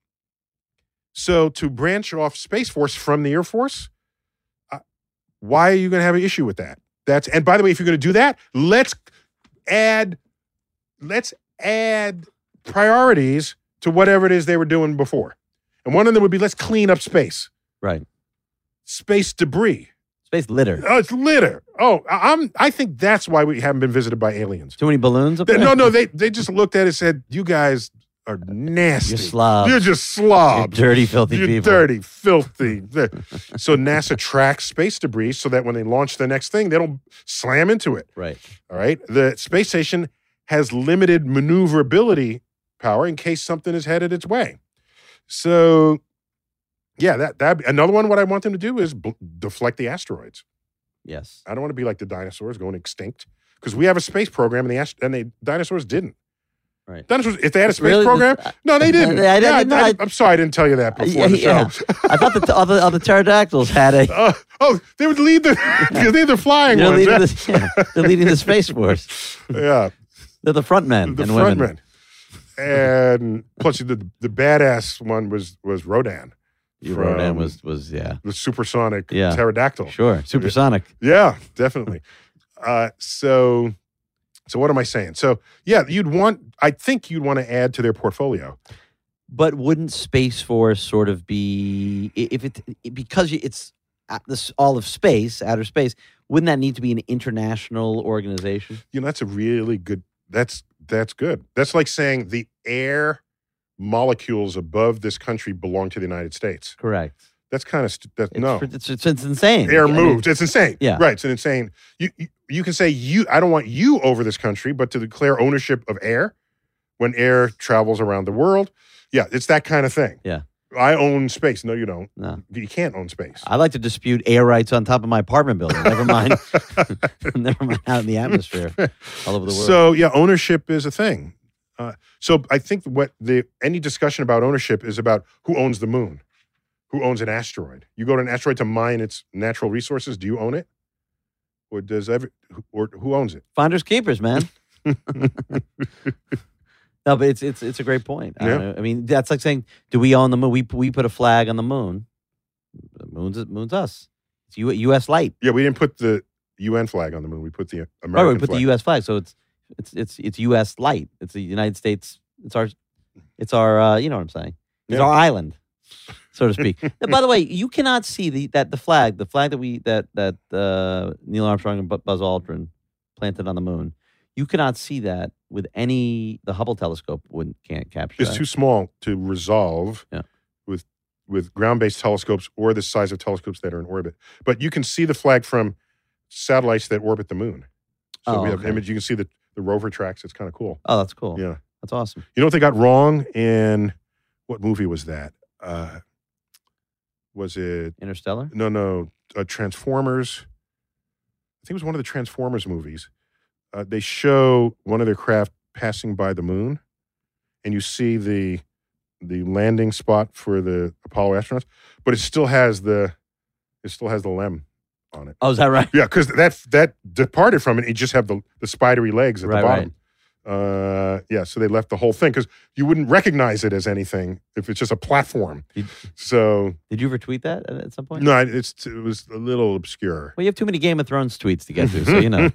[SPEAKER 1] So to branch off Space Force from the Air Force, uh, why are you going to have an issue with that? That's and by the way, if you're going to do that, let's add let's add priorities to whatever it is they were doing before. And one of them would be let's clean up space,
[SPEAKER 2] Right.
[SPEAKER 1] space debris.
[SPEAKER 2] Space litter.
[SPEAKER 1] Oh, it's litter. Oh, I- I'm. I think that's why we haven't been visited by aliens.
[SPEAKER 2] Too many balloons up
[SPEAKER 1] They-
[SPEAKER 2] there?
[SPEAKER 1] no, no, they they just looked at it and said, "You guys are nasty.
[SPEAKER 2] You're slobs.
[SPEAKER 1] You're just slobs.
[SPEAKER 2] You're dirty, filthy
[SPEAKER 1] You're
[SPEAKER 2] people."
[SPEAKER 1] dirty, filthy." so NASA tracks space debris so that when they launch the next thing, they don't slam into it.
[SPEAKER 2] Right.
[SPEAKER 1] All right. The space station has limited maneuverability power in case something is headed its way. So, yeah, that that another one. What I want them to do is bl- deflect the asteroids.
[SPEAKER 2] Yes.
[SPEAKER 1] I don't want to be like the dinosaurs going extinct because we have a space program and the ast- and the dinosaurs didn't.
[SPEAKER 2] Right.
[SPEAKER 1] Dinosaurs, if they had a space
[SPEAKER 2] Really?
[SPEAKER 1] program, no, they didn't.
[SPEAKER 2] I- I didn't-
[SPEAKER 1] yeah, I,
[SPEAKER 2] I-
[SPEAKER 1] am sorry I didn't tell you that before the show.
[SPEAKER 2] yeah. I thought the t- other, other pterodactyls had a.
[SPEAKER 1] Uh, oh, they would lead the because they're the flying
[SPEAKER 2] They're
[SPEAKER 1] ones.
[SPEAKER 2] leading, the, yeah, they're leading the space force.
[SPEAKER 1] yeah,
[SPEAKER 2] They're the front men
[SPEAKER 1] the
[SPEAKER 2] and
[SPEAKER 1] front
[SPEAKER 2] women.
[SPEAKER 1] man. And plus, the the badass one was was Rodan,
[SPEAKER 2] You wrote down
[SPEAKER 1] from
[SPEAKER 2] was was yeah
[SPEAKER 1] the supersonic
[SPEAKER 2] Yeah.
[SPEAKER 1] pterodactyl.
[SPEAKER 2] sure supersonic.
[SPEAKER 1] Yeah, definitely. uh, so, so what am I saying? So, yeah, you'd want. I think you'd want to add to their portfolio.
[SPEAKER 2] But wouldn't Space Force sort of be i- if it i- because you- it's at this all of space, outer space? Wouldn't that need to be an international organization?
[SPEAKER 1] You know, that's a really good. That's that's good. That's like saying the air molecules above this country belong to the United States.
[SPEAKER 2] Correct.
[SPEAKER 1] That's kind of st- that,
[SPEAKER 2] It's,
[SPEAKER 1] no.
[SPEAKER 2] it's, it's, it's insane.
[SPEAKER 1] Air
[SPEAKER 2] I mean,
[SPEAKER 1] moved. It's insane.
[SPEAKER 2] Yeah.
[SPEAKER 1] Right. It's an insane. You, you you can say you. I don't want you over this country, but to declare ownership of air when air travels around the world. Yeah, it's that kind of thing.
[SPEAKER 2] Yeah.
[SPEAKER 1] I own space. No, you don't.
[SPEAKER 2] No.
[SPEAKER 1] You can't own space.
[SPEAKER 2] I like to dispute air rights on top of my apartment building. Never mind. Never mind out in the atmosphere, all over the world.
[SPEAKER 1] So yeah, ownership is a thing. Uh, so I think what the any discussion about ownership is about who owns the moon, who owns an asteroid. You go to an asteroid to mine its natural resources. Do you own it, or does every or who owns it?
[SPEAKER 2] Finders keepers, man. no, but it's it's it's a great point. I, don't know. I mean, that's like saying, do we own the moon? We we put a flag on the moon. The moon's moon's us. It's U, U.S. light.
[SPEAKER 1] Yeah, we didn't put the UN flag on the moon. We put the American
[SPEAKER 2] Right, Oh, we put
[SPEAKER 1] flag.
[SPEAKER 2] the U.S. flag, so it's it's it's it's U.S. light. It's the United States. It's our it's our uh, you know what I'm saying. It's
[SPEAKER 1] Yeah.
[SPEAKER 2] our island, so to speak. And by the way, you cannot see the that the flag, the flag that we that that uh, Neil Armstrong and Bu- Buzz Aldrin planted on the moon. You cannot see that with any the Hubble telescope wouldn't can't capture.
[SPEAKER 1] it's
[SPEAKER 2] that.
[SPEAKER 1] too small to resolve
[SPEAKER 2] Yeah.
[SPEAKER 1] with with ground-based telescopes or the size of telescopes that are in orbit. But you can see the flag from satellites that orbit the moon. So
[SPEAKER 2] Oh,
[SPEAKER 1] we have
[SPEAKER 2] okay.
[SPEAKER 1] image. You can see the, the rover tracks. It's kind of cool.
[SPEAKER 2] Oh, that's cool.
[SPEAKER 1] Yeah.
[SPEAKER 2] that's awesome.
[SPEAKER 1] You know what they got wrong in what movie was that? Uh, was it
[SPEAKER 2] Interstellar.
[SPEAKER 1] no no uh, Transformers? I think it was one of the Transformers movies. Uh, they show one of their craft passing by the moon, and you see the the landing spot for the Apollo astronauts, but it still has the it still has the lem on it.
[SPEAKER 2] Oh, is that right?
[SPEAKER 1] Yeah, because that that departed from it. It just have the the spidery legs at
[SPEAKER 2] Right,
[SPEAKER 1] the bottom. Uh, yeah, so they left the whole thing because you wouldn't recognize it as anything if it's just a platform.
[SPEAKER 2] Did-
[SPEAKER 1] So
[SPEAKER 2] Did you ever tweet that at, at some point?
[SPEAKER 1] no, it's it was a little obscure.
[SPEAKER 2] Well, you have too many Game of Thrones tweets to get through, so you know.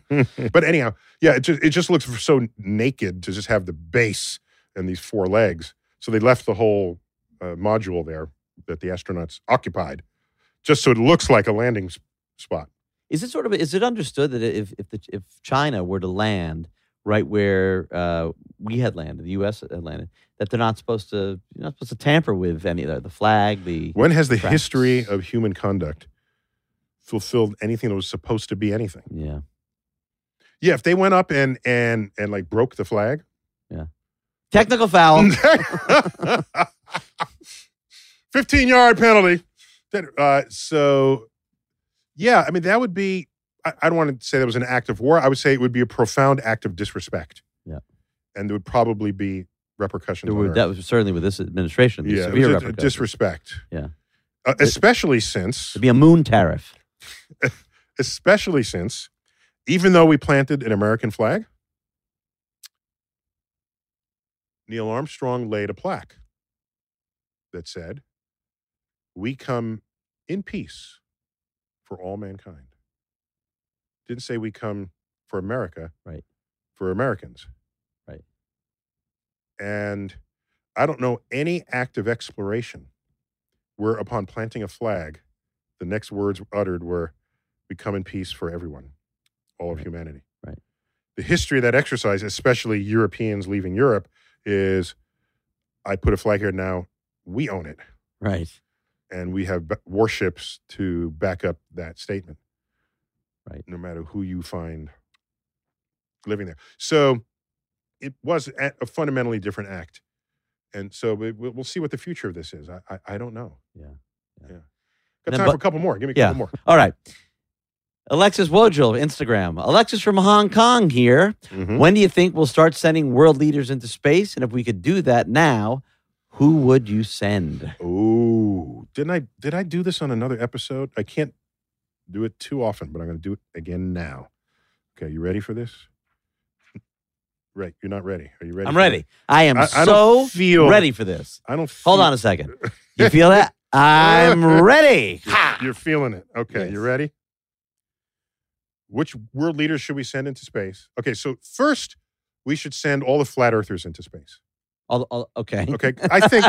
[SPEAKER 1] but anyhow, yeah, it just it just looks so naked to just have the base and these four legs. So they left the whole uh, module there that the astronauts occupied, just so it looks like a landing s- spot.
[SPEAKER 2] Is it sort of is it understood that if if the, if China were to land right where uh, we had landed, the U.S. had landed, that they're not supposed to you're not supposed to tamper with any of the, the flag, the
[SPEAKER 1] When has the
[SPEAKER 2] Tracks.
[SPEAKER 1] history of human conduct fulfilled anything that was supposed to be anything?
[SPEAKER 2] yeah
[SPEAKER 1] Yeah, if they went up and and and like broke the flag.
[SPEAKER 2] technical foul.
[SPEAKER 1] 15 yard penalty. That, uh, so, yeah, I mean, that would be, I, I don't want to say that was an act of war. I would say it would be a profound act of disrespect.
[SPEAKER 2] Yeah.
[SPEAKER 1] And there would probably be repercussions.
[SPEAKER 2] There
[SPEAKER 1] on
[SPEAKER 2] were-
[SPEAKER 1] Earth.
[SPEAKER 2] that was certainly with this administration, the
[SPEAKER 1] yeah, it was
[SPEAKER 2] severe
[SPEAKER 1] a- a
[SPEAKER 2] repercussions.
[SPEAKER 1] disrespect.
[SPEAKER 2] Yeah.
[SPEAKER 1] Uh, especially since
[SPEAKER 2] It'd be a moon tariff.
[SPEAKER 1] especially since even though we planted an American flag, Neil Armstrong laid a plaque that said, We come in peace for all mankind. Didn't say we come for America,
[SPEAKER 2] Right.
[SPEAKER 1] For Americans,
[SPEAKER 2] Right.
[SPEAKER 1] And I don't know any act of exploration where, upon planting a flag, the next words uttered were, we come in peace for everyone, all of
[SPEAKER 2] Right.
[SPEAKER 1] humanity.
[SPEAKER 2] Right.
[SPEAKER 1] The history of that exercise, especially Europeans leaving Europe, is I put a flag here now, we own it,
[SPEAKER 2] Right.
[SPEAKER 1] and we have ba- warships to back up that statement.
[SPEAKER 2] Right.
[SPEAKER 1] No matter who you find living there. So it was a a fundamentally different act. And so we, we'll we'll see what the future of this is. I, I, I don't know.
[SPEAKER 2] Yeah. Yeah.
[SPEAKER 1] Got
[SPEAKER 2] Then
[SPEAKER 1] time
[SPEAKER 2] bu-
[SPEAKER 1] for a couple more. Give me a
[SPEAKER 2] Yeah.
[SPEAKER 1] couple more.
[SPEAKER 2] All right. Alexis Wojel, Instagram. Alexis from Hong Kong here.
[SPEAKER 1] Mhm.
[SPEAKER 2] When do you think we'll start sending world leaders into space? And if we could do that now, who would you send?
[SPEAKER 1] Oh, didn't I did I do this on another episode? I can't do it too often, but I'm going to do it again now. Okay, you ready for this? Right, you're not ready. Are you ready?
[SPEAKER 2] I'm
[SPEAKER 1] for
[SPEAKER 2] ready.
[SPEAKER 1] it?
[SPEAKER 2] I am
[SPEAKER 1] I- I
[SPEAKER 2] so
[SPEAKER 1] don't feel-
[SPEAKER 2] ready for this.
[SPEAKER 1] I don't.
[SPEAKER 2] Hold
[SPEAKER 1] feel-
[SPEAKER 2] on a second. You feel that? I'm ready.
[SPEAKER 1] You're, you're feeling it. Okay, you
[SPEAKER 2] Yes.
[SPEAKER 1] ready? Which world leaders should we send into space? Okay, so first we should send all the flat earthers into space.
[SPEAKER 2] All- all- okay.
[SPEAKER 1] Okay, I think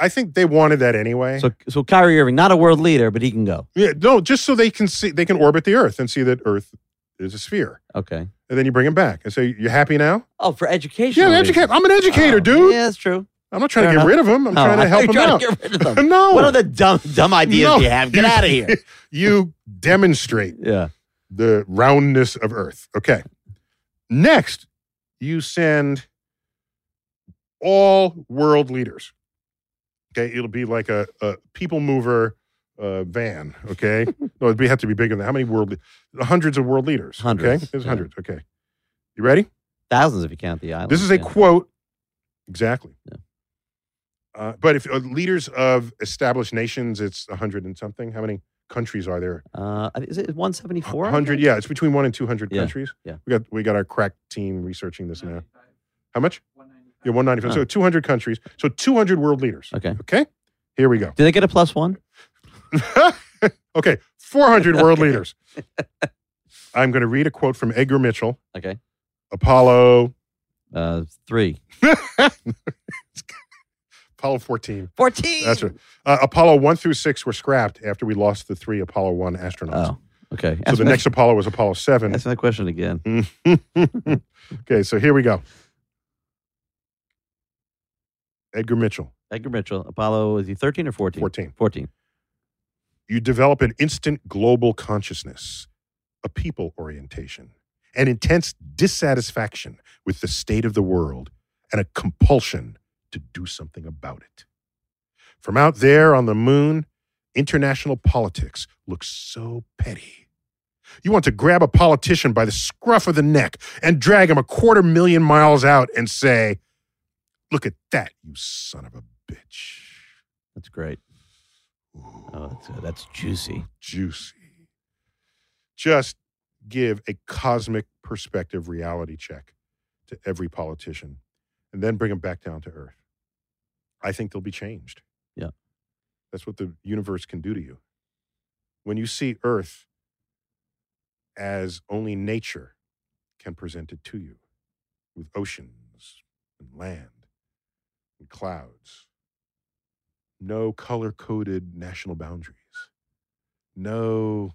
[SPEAKER 1] I think they wanted that anyway.
[SPEAKER 2] so, so Kyrie Irving, not a world leader, but he can go.
[SPEAKER 1] yeah, no, just so they can see they can orbit the Earth and see that Earth is a sphere.
[SPEAKER 2] Okay.
[SPEAKER 1] and then you bring him back and say, "You happy now?"
[SPEAKER 2] Oh, for education.
[SPEAKER 1] Yeah, educate. I'm an educator, dude.
[SPEAKER 2] Yeah, that's true.
[SPEAKER 1] I'm not trying
[SPEAKER 2] Oh, Fair
[SPEAKER 1] to get
[SPEAKER 2] enough.
[SPEAKER 1] rid of him. I'm
[SPEAKER 2] No,
[SPEAKER 1] trying
[SPEAKER 2] I
[SPEAKER 1] to help
[SPEAKER 2] thought
[SPEAKER 1] him
[SPEAKER 2] you were
[SPEAKER 1] out.
[SPEAKER 2] trying to get rid of them.
[SPEAKER 1] no,
[SPEAKER 2] What are the dumb, dumb ideas
[SPEAKER 1] No.
[SPEAKER 2] you have? Get out of here.
[SPEAKER 1] you demonstrate
[SPEAKER 2] Yeah.
[SPEAKER 1] the roundness of Earth. Okay. Next, you send all world leaders. Okay, it'll be like a, a people mover uh, van. Okay, no, it'd be, have to be bigger than that. How many world? le- Hundreds of world leaders. Okay,
[SPEAKER 2] Hundreds,
[SPEAKER 1] there's
[SPEAKER 2] yeah.
[SPEAKER 1] hundreds. Okay, you ready?
[SPEAKER 2] Thousands if you count the island.
[SPEAKER 1] This is a
[SPEAKER 2] yeah.
[SPEAKER 1] quote. Exactly.
[SPEAKER 2] Yeah.
[SPEAKER 1] Uh, but if uh, leaders of established nations, it's 100 and something. How many countries are there?
[SPEAKER 2] Uh, I think- is it 174?
[SPEAKER 1] 100. Yeah, it's between one and 200
[SPEAKER 2] Yeah,
[SPEAKER 1] countries.
[SPEAKER 2] yeah.
[SPEAKER 1] We got we got our crack team researching this now. How much? Yeah, 195. So 200 countries. So 200 world leaders.
[SPEAKER 2] Uh-huh. Okay.
[SPEAKER 1] Okay. Here we go.
[SPEAKER 2] Do they get a plus one?
[SPEAKER 1] okay. 400 world leaders. I'm going to read a quote from Edgar Mitchell,
[SPEAKER 2] Okay.
[SPEAKER 1] Apollo,
[SPEAKER 2] Uh, three.
[SPEAKER 1] Apollo 14.
[SPEAKER 2] 14.
[SPEAKER 1] That's right. Uh, Apollo 1 through 6 were scrapped after we lost the three Apollo 1 astronauts.
[SPEAKER 2] Oh, okay.
[SPEAKER 1] so the
[SPEAKER 2] me-
[SPEAKER 1] next Apollo was Apollo 7.
[SPEAKER 2] Ask me that question again.
[SPEAKER 1] okay, so here we go. Edgar Mitchell,
[SPEAKER 2] Edgar Mitchell, Apollo, is he 13 or 14?
[SPEAKER 1] 14.
[SPEAKER 2] 14.
[SPEAKER 1] You develop an instant global consciousness, a people orientation, an intense dissatisfaction with the state of the world, and a compulsion to do something about it. From out there on the moon, international politics looks so petty. You want to grab a politician by the scruff of the neck and drag him a quarter million miles out and say, Look at that, you son of a bitch.
[SPEAKER 2] That's great. Oh, that's, uh, that's juicy.
[SPEAKER 1] juicy. Just give a cosmic perspective reality check to every politician and then bring them back down to earth. I think they'll be changed.
[SPEAKER 2] Yeah.
[SPEAKER 1] That's what the universe can do to you. When you see earth as only nature can present it to you with oceans and land and clouds, no color coded national boundaries no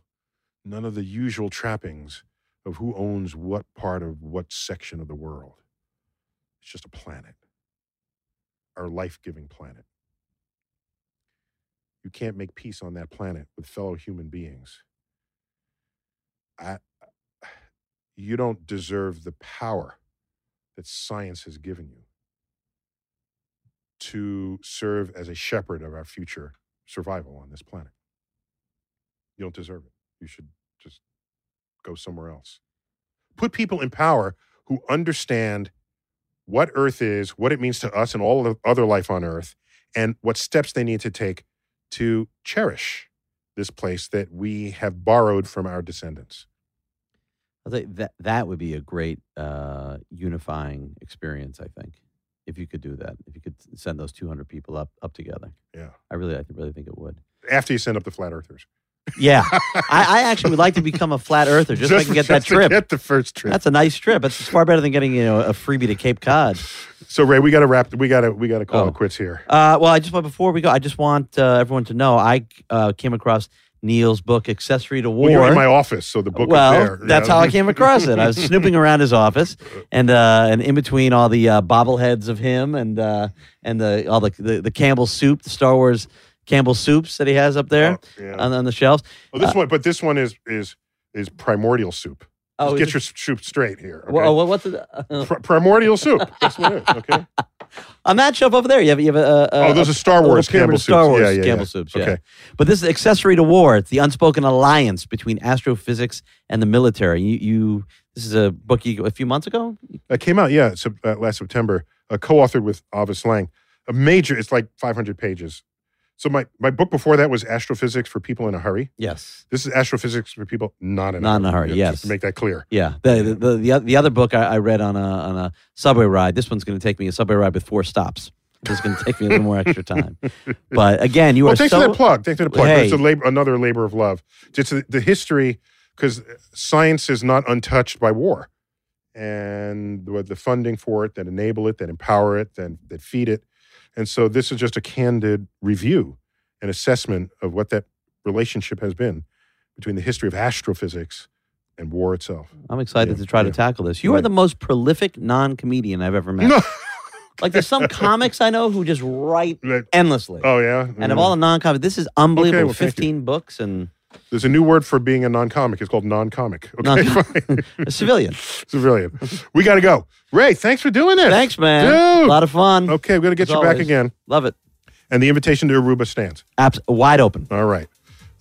[SPEAKER 1] none of the usual trappings of who owns what part of what section of the world it's just a planet our life-giving planet you can't make peace on that planet with fellow human beings I, you don't deserve the power that science has given you to serve as a shepherd of our future survival on this planet you don't deserve it. You should just go somewhere else. Put people in power who understand what Earth is, what it means to us and all of the other life on Earth, and what steps they need to take to cherish this place that we have borrowed from our descendants.
[SPEAKER 2] I think that that would be a great uh, unifying experience. I think if you could do that, if you could s- send those 200 people up up together,
[SPEAKER 1] Yeah.
[SPEAKER 2] I really, I really think it would.
[SPEAKER 1] After you send up the flat earthers.
[SPEAKER 2] Yeah, I, I actually would like to become a flat earther just, so I can get that
[SPEAKER 1] just to
[SPEAKER 2] trip.
[SPEAKER 1] Get the first trip.
[SPEAKER 2] That's a nice trip. That's far better than getting you know a freebie to Cape Cod.
[SPEAKER 1] so Ray, we got to wrap. We got to. We got to call
[SPEAKER 2] Oh.
[SPEAKER 1] it quits here.
[SPEAKER 2] Uh, well, I just want before we go, I just want uh, everyone to know I uh, came across Neil's book Accessory to War.
[SPEAKER 1] Well, you're in my office, so the book
[SPEAKER 2] well,
[SPEAKER 1] is there. you
[SPEAKER 2] that's
[SPEAKER 1] know?
[SPEAKER 2] how I came across it. I was snooping around his office, and uh, and in between all the uh, bobbleheads of him and uh, and the all the, the the Campbell soup, the Star Wars Campbell soups that he has up there
[SPEAKER 1] Oh, yeah.
[SPEAKER 2] on, on the shelves.
[SPEAKER 1] Oh,
[SPEAKER 2] Uh,
[SPEAKER 1] this one, but this one is is is primordial soup.
[SPEAKER 2] Oh,
[SPEAKER 1] Just
[SPEAKER 2] is
[SPEAKER 1] get
[SPEAKER 2] it-
[SPEAKER 1] your soup straight here. Okay?
[SPEAKER 2] Well, oh, what's uh, it?
[SPEAKER 1] Pri- primordial soup. That's what it is. Okay.
[SPEAKER 2] on that shelf over there, you have you have a, a
[SPEAKER 1] Oh, those
[SPEAKER 2] a-
[SPEAKER 1] are Star
[SPEAKER 2] a little
[SPEAKER 1] Wars
[SPEAKER 2] pyramid
[SPEAKER 1] Campbell
[SPEAKER 2] of Star
[SPEAKER 1] soups.
[SPEAKER 2] Wars
[SPEAKER 1] Yeah, yeah, yeah.
[SPEAKER 2] Campbell soups. Yeah.
[SPEAKER 1] Okay.
[SPEAKER 2] But this is accessory to war. It's the unspoken alliance between astrophysics and the military. You, you this is a book you a few months ago.
[SPEAKER 1] That came out, yeah, sep- uh, last September, uh, co-authored with Avis Lang. A major, it's like 500 pages. So my, my book before that was Astrophysics for People in a Hurry.
[SPEAKER 2] Yes.
[SPEAKER 1] This is Astrophysics for People Not in a
[SPEAKER 2] Not
[SPEAKER 1] Hurry.
[SPEAKER 2] in a hurry,
[SPEAKER 1] Yeah, Just
[SPEAKER 2] yes.
[SPEAKER 1] to make that clear.
[SPEAKER 2] Yeah. The the the, the, oth- the other book I, I read on a on a subway ride. This one's going to take me a subway ride with four stops. It's going to take me a little more extra time. But again, you
[SPEAKER 1] Well,
[SPEAKER 2] are
[SPEAKER 1] Oh, thanks
[SPEAKER 2] so
[SPEAKER 1] for that plug. Thanks for the plug. It's
[SPEAKER 2] Hey.
[SPEAKER 1] a labor, another labor of love. Just the, the history, because science is not untouched by war, and the, the funding for it, that enable it, that empower it, then that feed it, and so this is just a candid review and assessment of what that relationship has been between the history of astrophysics and war itself.
[SPEAKER 2] I'm excited
[SPEAKER 1] Yeah,
[SPEAKER 2] to try to
[SPEAKER 1] yeah.
[SPEAKER 2] tackle this. You are
[SPEAKER 1] Right.
[SPEAKER 2] the most prolific non-comedian I've ever met. Like there's some comics I know who just write
[SPEAKER 1] Right.
[SPEAKER 2] endlessly.
[SPEAKER 1] oh yeah,
[SPEAKER 2] And of all the non-comic, this is unbelievable.
[SPEAKER 1] Okay, well, thank you.
[SPEAKER 2] 15 books and
[SPEAKER 1] there's a new word for being a non-comic. It's called non-comic. Okay, fine.
[SPEAKER 2] a civilian.
[SPEAKER 1] civilian. We got to go. Ray, thanks for doing this.
[SPEAKER 2] Thanks, man.
[SPEAKER 1] Dude.
[SPEAKER 2] A lot of fun.
[SPEAKER 1] Okay, we're gonna get
[SPEAKER 2] As
[SPEAKER 1] you back
[SPEAKER 2] always.
[SPEAKER 1] again.
[SPEAKER 2] Love it.
[SPEAKER 1] And the invitation to Aruba stands.
[SPEAKER 2] Abs- wide open.
[SPEAKER 1] All right.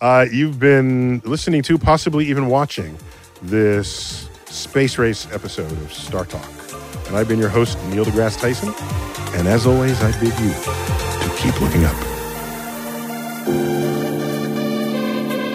[SPEAKER 1] Uh, you've been listening to, possibly even watching, this space race episode of Star Talk. And I've been your host, Neil deGrasse Tyson. And as always, I bid you to keep looking up.